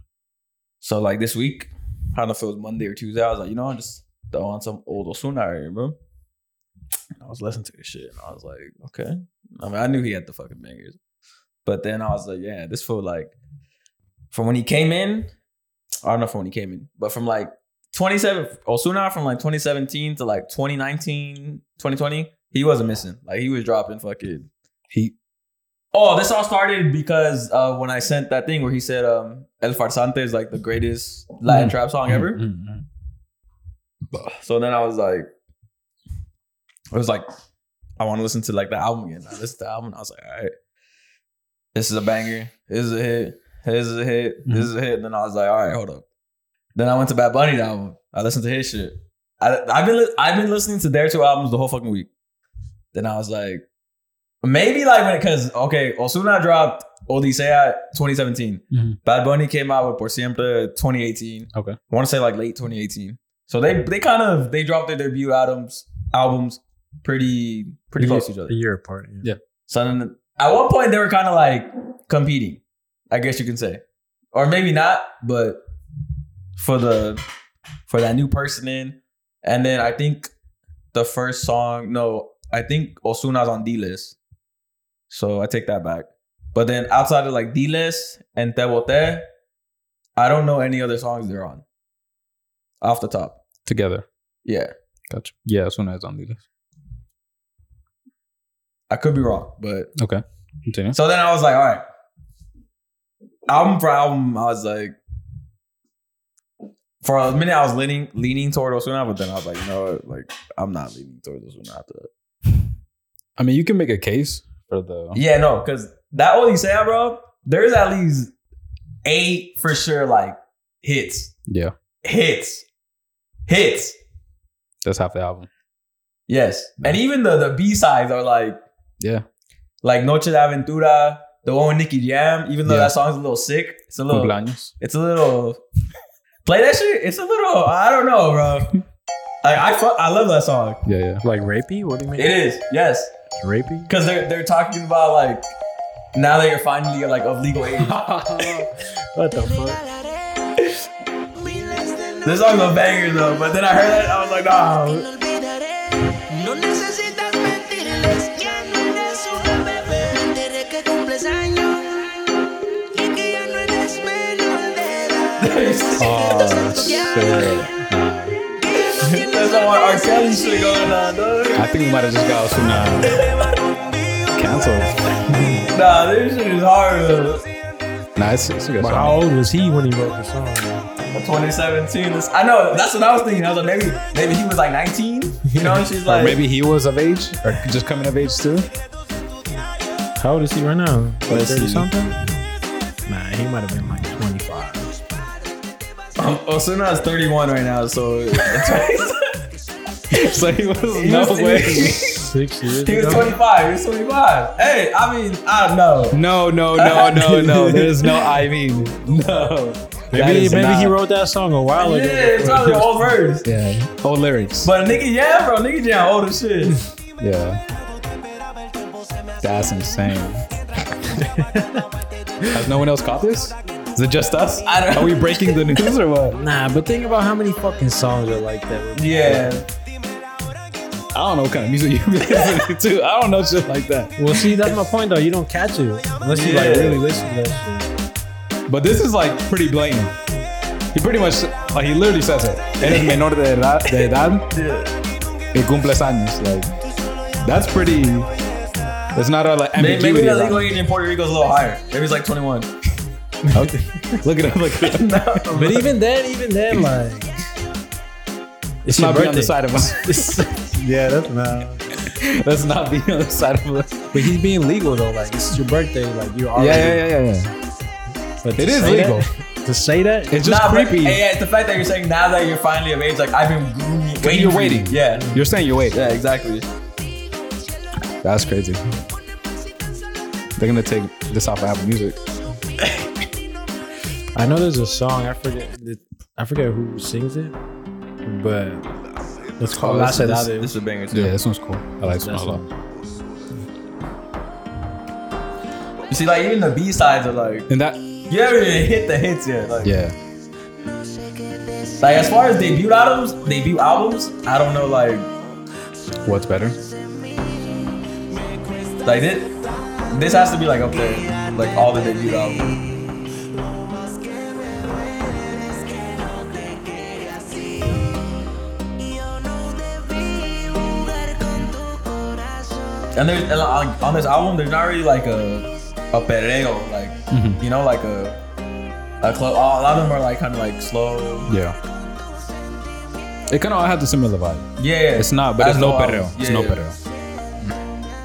S2: So like this week, I don't know if it was Monday or Tuesday. I was like, you know, I'm just on some old Osuna area, bro. I was listening to this shit, and I was like, okay. I mean, I knew he had the fucking bangers, but then I was like, yeah, this feel like from when he came in. I don't know from when he came in, but from like 27 Osuna oh, from like 2017 to like 2019, 2020, he wasn't missing. Like he was dropping fucking
S1: He
S2: Oh, this all started because uh, when I sent that thing where he said um, El Farsante is like the greatest Latin trap song ever.
S1: Mhm.
S2: So then I was like, I was like, I want to listen to like the album again. I listened to the album. And I was like, all right, this is a banger. This is a hit. This is a hit. This is a hit. And then I was like, all right, hold up. Then I went to Bad Bunny album. I listened to his shit. I, I've been li- I've been listening to their two albums the whole fucking week. Then I was like, maybe like when because okay, Osuna dropped Odisea 2017.
S1: Mhm.
S2: Bad Bunny came out with Por Siempre 2018.
S1: Okay.
S2: I want to say like late 2018. So they they kind of they dropped their debut albums albums pretty pretty
S3: A
S2: close to
S3: year-
S2: each other.
S3: A year apart. Yeah.
S1: Yeah.
S2: So then at one point they were kind of like competing, I guess you can say, or maybe not, but for the for that new person in, and then I think the first song, no, I think Osuna's on D list, so I take that back. But then outside of like D list and Te Bote, I don't know any other songs they're on off the top.
S1: together.
S2: Yeah,
S1: Gotcha. Yeah, Osuna is on the list.
S2: I could be wrong, but
S1: Okay. Continue.
S2: So then I was like, all right. Album for album, I was like, for a minute I was leaning leaning toward Osuna, but then I was like, you know what? Like, I'm not leaning toward Osuna after that.
S1: I mean, you can make a case for the.
S2: Yeah, no, because that Odisea, bro, there's at least eight for sure, like hits.
S1: Yeah.
S2: Hits. Hits.
S1: That's half the album.
S2: Yes. And even the, the B sides are like
S1: Mm. Yeah.
S2: like Noche de Aventura, the one with Nicky Jam, even though
S1: Yeah.
S2: that song's a little sick. It's a little
S1: Cumpleaños.
S2: It's a little play that shit. It's a little I don't know, bro. Like I fu- I love that song.
S1: Yeah, yeah.
S3: Like rapey? What do you mean?
S2: It is yes,
S3: Rapey?
S2: because they're they're talking about like now that you're finally like of legal age.
S3: What the fuck?
S2: this song's a banger though, but then I heard that I was like, nah.
S4: No necesitas mentirles, ya no eres una bebé. Me enteré que cumples años y que ya no eres menor de edad. Uh,
S1: Oh,
S2: There's no more R. Kelly shit going on, dog.
S1: I think we might have just got Osuna canceled.
S2: Nah, this shit is hard. Though.
S1: Nah, it's, it's a good
S3: But
S1: song.
S3: how old was he when he wrote the song? man?
S2: 2017. This, I know. That's what I was thinking. I was like, maybe maybe he was like 19. You know, and she's
S1: Or
S2: like,
S1: maybe he was of age or just coming of age too.
S3: How old is he right now? Like
S1: Let's
S3: 30
S1: see.
S3: something? Nah, he might have been like 25.
S2: Osuna oh, is 31 right now, so.
S1: So he was
S2: He
S1: no
S2: was-
S1: way.
S3: Six years
S2: He was
S3: ago?
S2: 25. He was 25. Hey, I mean, I don't know.
S1: No, no, no, no, no. There's no I mean. No. That
S3: Maybe,
S1: is
S3: maybe he
S1: not-
S3: wrote that song a while
S2: Yeah,
S3: ago.
S2: it's probably the whole verse.
S1: Yeah. Old lyrics.
S2: But nigga, yeah, bro, nigga jam old as shit.
S1: Yeah. That's insane. Has no one else caught this? Is it just us?
S2: I don't-
S1: Are we breaking the news or what?
S3: Nah, but think about how many fucking songs are like that.
S2: Yeah.
S1: I don't know what kind of music you be listening to. I don't know shit like that.
S3: Well, see, that's my point though. You don't catch it unless you like
S2: Yeah.
S3: really listen to that shit.
S1: But this is like pretty blatant. He pretty much, like, he literally says it. Eres menor de edad, de edad
S2: Yeah.
S1: y cumples años. Like, that's pretty. That's not a like
S2: Maybe,
S1: ambiguity.
S2: maybe the
S1: around
S2: legal
S1: it.
S2: age in Puerto Rico is a little higher. Maybe it's like 21.
S1: Okay. look it up. Look it up.
S3: But even then, even then, like
S1: Let's
S3: your
S1: not be on
S3: birthday.
S1: the side of us.
S3: yeah, that's not.
S1: Let's not be on the side of us.
S3: But he's being legal though. Like it's your birthday. Like you're
S1: Yeah,
S3: already.
S1: yeah, yeah, yeah. yeah.
S3: But
S1: It
S3: to
S1: is
S3: say
S1: legal.
S3: that- to say that,
S1: It's just
S2: Nah, but-
S1: creepy.
S2: hey, yeah, it's the fact that you're saying now that you're finally of age, like I've been grooming- waiting.
S1: you're
S2: for you.
S1: waiting.
S2: Yeah.
S1: You're saying you wait.
S2: Yeah, exactly.
S1: That's crazy. They're gonna take this off of Apple Music.
S3: I know there's a song. I forget. the- I forget who sings it, but it's called La
S2: this, this,
S3: Sedade.
S2: this is a banger too.
S1: Yeah, this one's cool. I like this one a lot.
S2: You see, like even the B sides are like
S1: And that,
S2: you haven't even hit the hits yet. Like,
S1: yeah,
S2: like as far as debut albums, debut albums, I don't know like
S1: what's better?
S2: like this. This has to be like up there, like all the debut albums. And there's and like, on this album, there's not really like a a perreo, like
S1: Mm-hmm.
S2: you know, like a a club. A lot of them are like kind of like slow.
S1: Yeah. It kind of had the similar vibe.
S2: Yeah,
S1: It's not, but
S2: As
S1: it's no
S2: the
S1: perreo.
S2: album.
S1: It's
S2: Yeah,
S1: no
S2: yeah.
S1: perreo.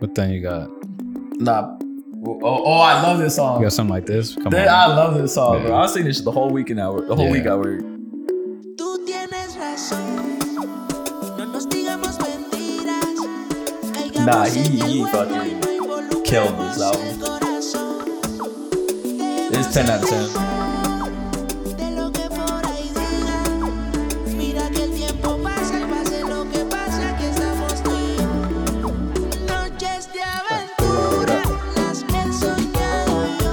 S1: But then you got
S2: Nah. Oh, oh, I love this song.
S1: you got something like this. Come
S2: Dude, I
S1: on,
S2: love this song, bro.
S1: Yeah.
S2: I was singing this shit the whole weekend at work. The whole
S1: Yeah.
S2: week at work.
S8: Tú tienes razón. No nos digamos mentiras.
S2: Nah,
S8: Nah,
S2: he- he
S8: he,
S2: fucking
S8: fucking
S2: killed
S8: killed
S2: this
S8: this
S2: album.
S8: album.
S2: It's 10 out of 10.
S8: De lo que por ahí digan. Mira que el tiempo pasa y pase lo que pase, aquí estamos tú y yo. Noches de aventura, las que he soñado yo.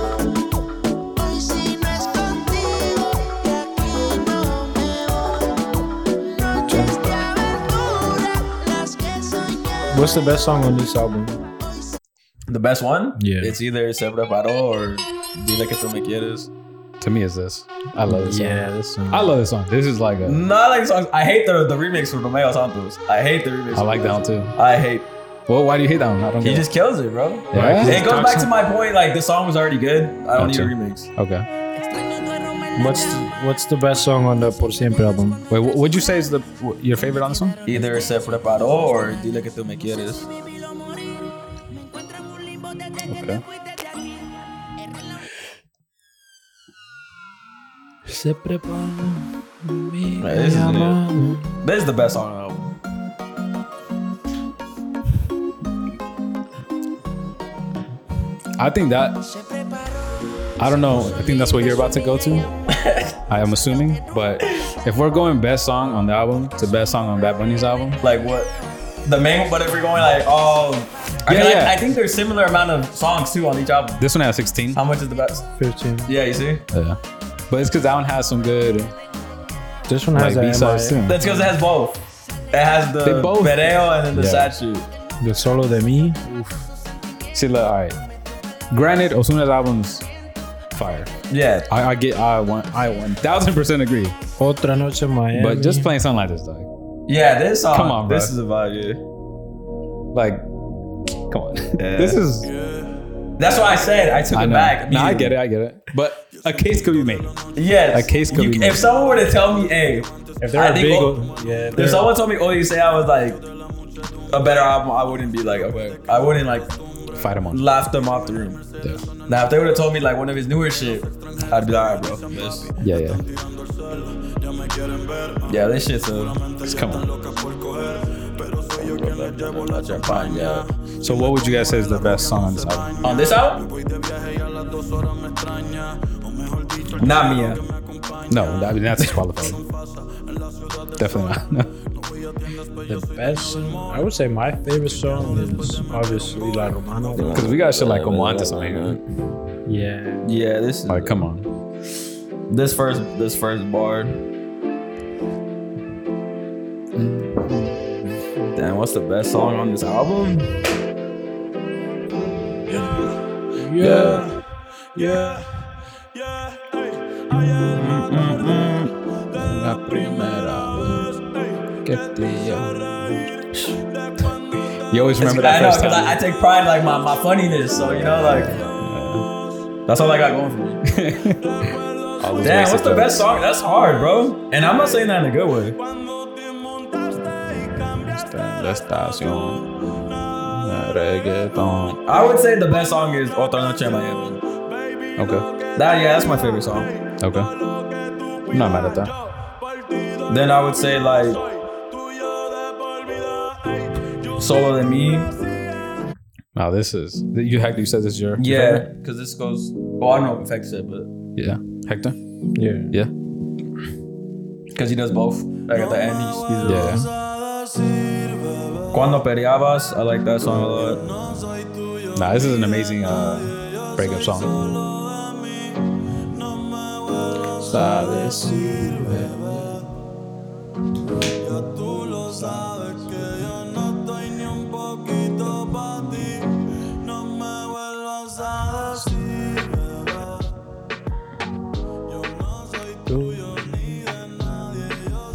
S8: Hoy si no es contigo, de aquí no me voy. Noches de aventura, las que he soñado
S3: What's the best song on this album?
S2: The best one?
S3: Yeah.
S2: It's either Se Preparó or Dile que tú me quieres.
S1: to me is this. I love this. Song.
S3: this song.
S1: I love this song. This is like a.
S2: No, I like songs. I hate the, the remix with Romeo Santos. I hate the remix.
S1: I like
S2: with
S1: that
S2: Romeo
S1: one too.
S2: Santos. I hate.
S1: Well, why do you hate that one? I don't
S2: He
S1: get
S2: just kills it, bro.
S1: it. Yeah?
S2: It goes back to my point. Like the song was already good. I don't
S1: Gotcha.
S2: need a remix.
S1: Okay.
S3: What's the, What's the best song on the Por Siempre album?
S1: Wait, what would you say is the wh- your favorite on this one?
S2: Either Se Preparó or Dile que tú me quieres.
S1: Okay.
S2: Like, this, is it. this is the best song on the album.
S1: I think that I don't know. I think that's what you're about to go to. I am assuming, but if we're going best song on the album to best song on Bad Bunny's album,
S2: Like what? The main one, but if we're going like, oh. I,
S1: Yeah,
S2: mean,
S1: yeah.
S2: I, I think there's similar amount of songs too on each album.
S1: this one has 16.
S2: How much is the best?
S3: Fifteen.
S2: Yeah, you see?
S1: Yeah, but it's because that one has some good
S3: This one
S1: like
S3: has
S1: B
S3: that
S1: sides too.
S2: That's because it has both. It has the
S1: They both-
S2: perreo and then the
S1: Yeah.
S2: sad shoot.
S3: MIA. The solo de mi.
S1: See, look, all right. Granted, Osuna's album's fire.
S2: Yeah.
S1: I, I get. I one. I one thousand percent agree.
S3: Otra noche en Miami.
S1: But just playing something like this, dog.
S2: Yeah, this song.
S1: Come on, bro.
S2: This is about you.
S1: Like, come on. this is.
S2: That's what I said. I took
S1: I
S2: it
S1: know.
S2: back.
S1: No, I get it. I get it. But a case could be made.
S2: Yes.
S1: A case could
S2: You-
S1: be made.
S2: If someone were to tell me, hey,
S3: If they're
S2: I
S3: a
S2: think
S3: big,
S2: o-
S3: yeah.
S2: if someone told me, oh, you say I was like a better album, I wouldn't be like, okay. I wouldn't like
S1: Fight them on.
S2: laugh them off the room.
S1: Yeah.
S2: Now, if they would have told me like one of his newer shit, I'd be like, all right, bro. This,
S1: Yeah, yeah.
S2: yeah, this shit's a.
S1: Just come on.
S2: La champaña.
S1: So, what would you guys say is the best song on this album?
S2: On this album? Not Mia.
S1: No, I mean, that's disqualified. Definitely not.
S3: The best, I would say my favorite song is obviously La Romano.
S1: Because we got shit like Oman to something here.
S3: Yeah.
S2: Yeah, this is
S1: Like, come on.
S2: this first this first bar. Damn, what's the best song on this album?
S3: Yeah.
S7: Yeah, yeah, ey, ayer me La primera vez que te a reír de cuando te
S1: You always remember
S2: I
S1: that
S2: know,
S1: first
S2: 'cause I, I
S1: time.
S2: take pride in like my, my funniness, so you know, like that's all I got going for me.
S1: All those
S2: Damn,
S1: racist
S2: what's the
S1: jokes.
S2: best song? That's hard, bro. And I'm not saying that in a good way.
S7: cuando te montaste y cambiaste
S1: Está en La estación. la Reggaeton.
S2: I would say the best song is Otra Noche Miami.
S1: Okay.
S2: That yeah, that's my favorite song.
S1: Okay. I'm not mad at that.
S2: Then I would say like Solo de Me.
S1: Now, this is. You, Hector, you said this is your. your
S2: Yeah,
S1: favorite?
S2: because this goes. Well, I don't know if Hex said, but
S1: Yeah. Hector?
S3: Yeah.
S1: Yeah.
S2: because he does both. Like at the end, he just speaks it.
S1: Yeah.
S2: Cuando Periabas, I like that song a lot.
S1: Nah, this is an amazing uh, breakup song.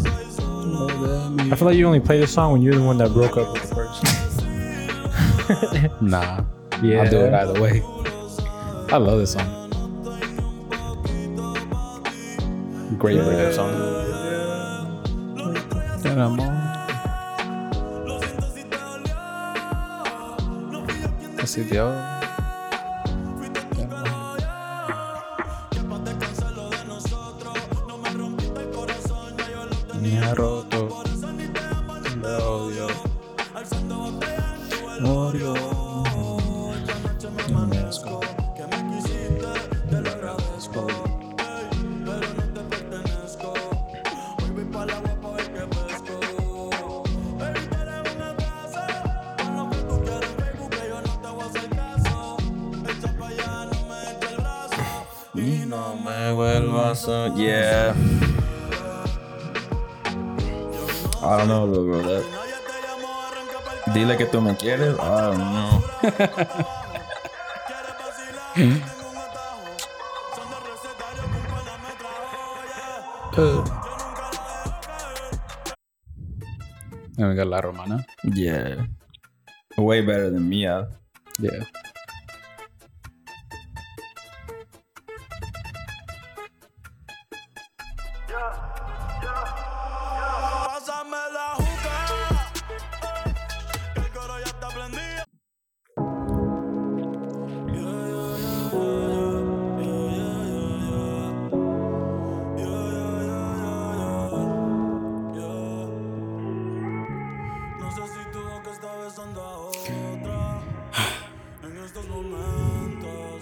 S3: I feel like you only play this song when you're the one that broke up with the person.
S1: Nah.
S3: Yeah.
S1: I'll do it either way. I love this song. Great breakup song. That I'm on. I see the other. Me ha roto el odio. Odio.
S2: Yeah. I don't know, bro. bro that. Dile que tú me quieres. I don't know.
S1: Then we got La Romana.
S2: Yeah. Way better than Mia.
S1: Yeah.
S7: Pásame la juca. El coro ya está prendido. No sé si tuvo que estar besando a otra. En estos momentos.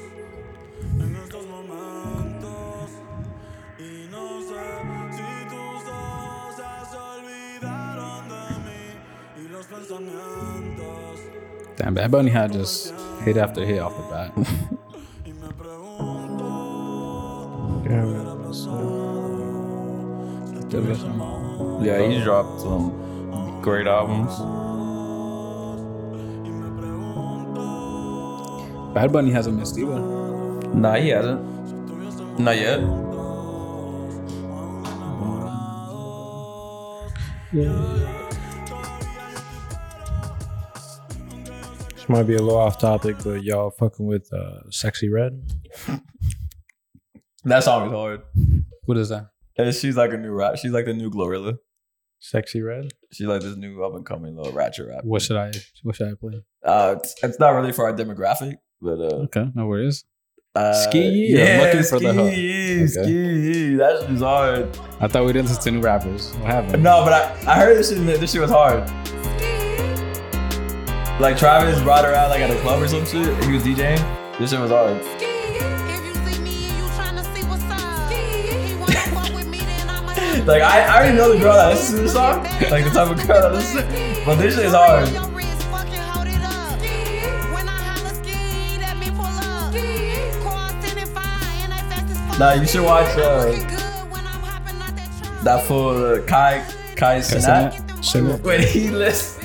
S7: En estos momentos. Y no sé si tus cosas se olvidaron de mí y los pensamientos.
S1: Damn, Bad Bunny had just hit after hit off the bat.
S7: Y me pregunto
S2: Yeah, he's dropped some great albums.
S1: Bad Bunny hasn't missed either.
S2: Nah, he hasn't. Not yet.
S3: This might be a little off topic, but y'all fucking with uh, Sexy Red?
S2: That song is hard.
S1: What is that?
S2: And she's like a new rap. She's like the new Glorilla.
S3: Sexy Red?
S2: She's like this new up and coming little ratchet rap.
S1: What should I what should I play?
S2: Uh, it's, it's not really for our demographic, but uh,
S1: Okay, no worries.
S2: uh
S1: Ski, I'm looking for
S2: ski,
S1: the hook.
S2: yeah,
S1: Okay.
S2: ski, yeah, that shit's hard.
S1: I thought we didn't listen to new rappers. What happened?
S2: No, but I, I heard this shit. This shit was hard. Like Travis brought her out like at a club or some shit. He was DJing. This shit was hard.
S8: If you see me and you tryna see what's
S2: Like I, I already know the girl that listens to this song, like the type of girl that listens. to- But this shit is hard. Nah, you should watch uh, that fool uh, Kai Kai Sinat. Wait, he lists.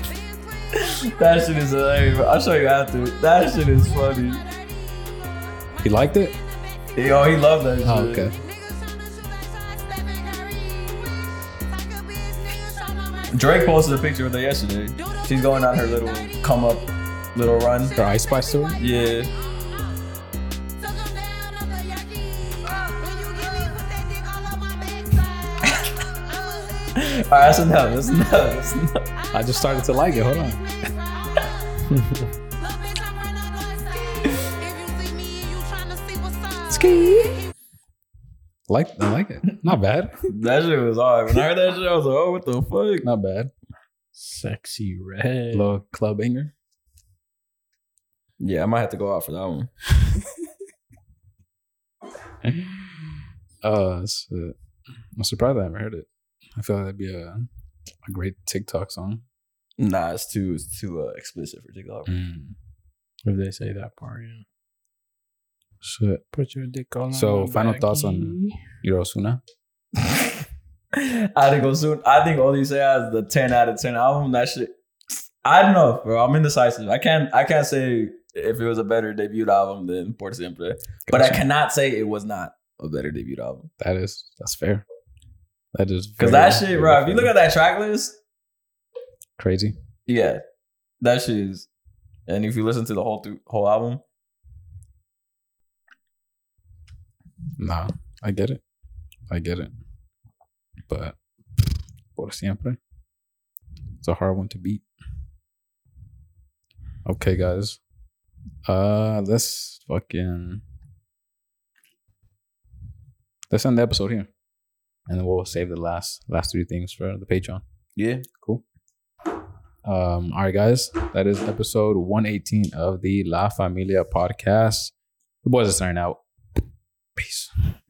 S2: that shit is hilarious. bro. I'll show you after. That shit is funny.
S1: He liked it?
S2: Yo, he loved that shit.
S1: Oh, okay.
S2: Drake posted a picture with her yesterday. She's going on her little come up, little run.
S1: Her Ice Spice tour?
S2: Yeah.
S6: Uh,
S2: Alright, that's enough. That's enough. That's enough.
S1: I just started to like it. Hold on. Like, I like it. Not bad.
S2: That shit was hard. When I heard that shit, I was like, oh, what the fuck?
S1: Not bad.
S3: Sexy red.
S1: Little club banger.
S2: Yeah, I might have to go out for that one.
S1: Uh, it's, uh, I'm surprised I haven't heard it. I feel like that'd be a, a great TikTok song.
S2: Nah, it's too it's too uh, explicit for TikTok.
S3: If they say that part, yeah.
S1: Shit.
S3: Put your dick on.
S1: So, final thoughts on- You're Osuna?
S2: I think Ozuna, I think Olise has the ten out of ten album. That shit, I don't know, bro. I'm indecisive. I can't I can't say if it was a better debut album than Por Siempre, but I
S1: Gotcha.
S2: cannot say it was not a better debut album.
S1: That is, that's fair. That is
S2: Cause
S1: very-
S2: that shit, bro.
S1: very
S2: If you look at that track list,
S1: crazy.
S2: yeah, that shit is. And if you listen to the whole through, whole album,
S1: Nah, I get it. I get it. But por siempre. It's a hard one to beat. Okay, guys. Uh let's fucking let's end the episode here. And then we'll save the last last three things for the Patreon.
S2: yeah,
S1: Cool. Um, all right, guys. That is episode 118 of the La Familia podcast. The boys are starting out.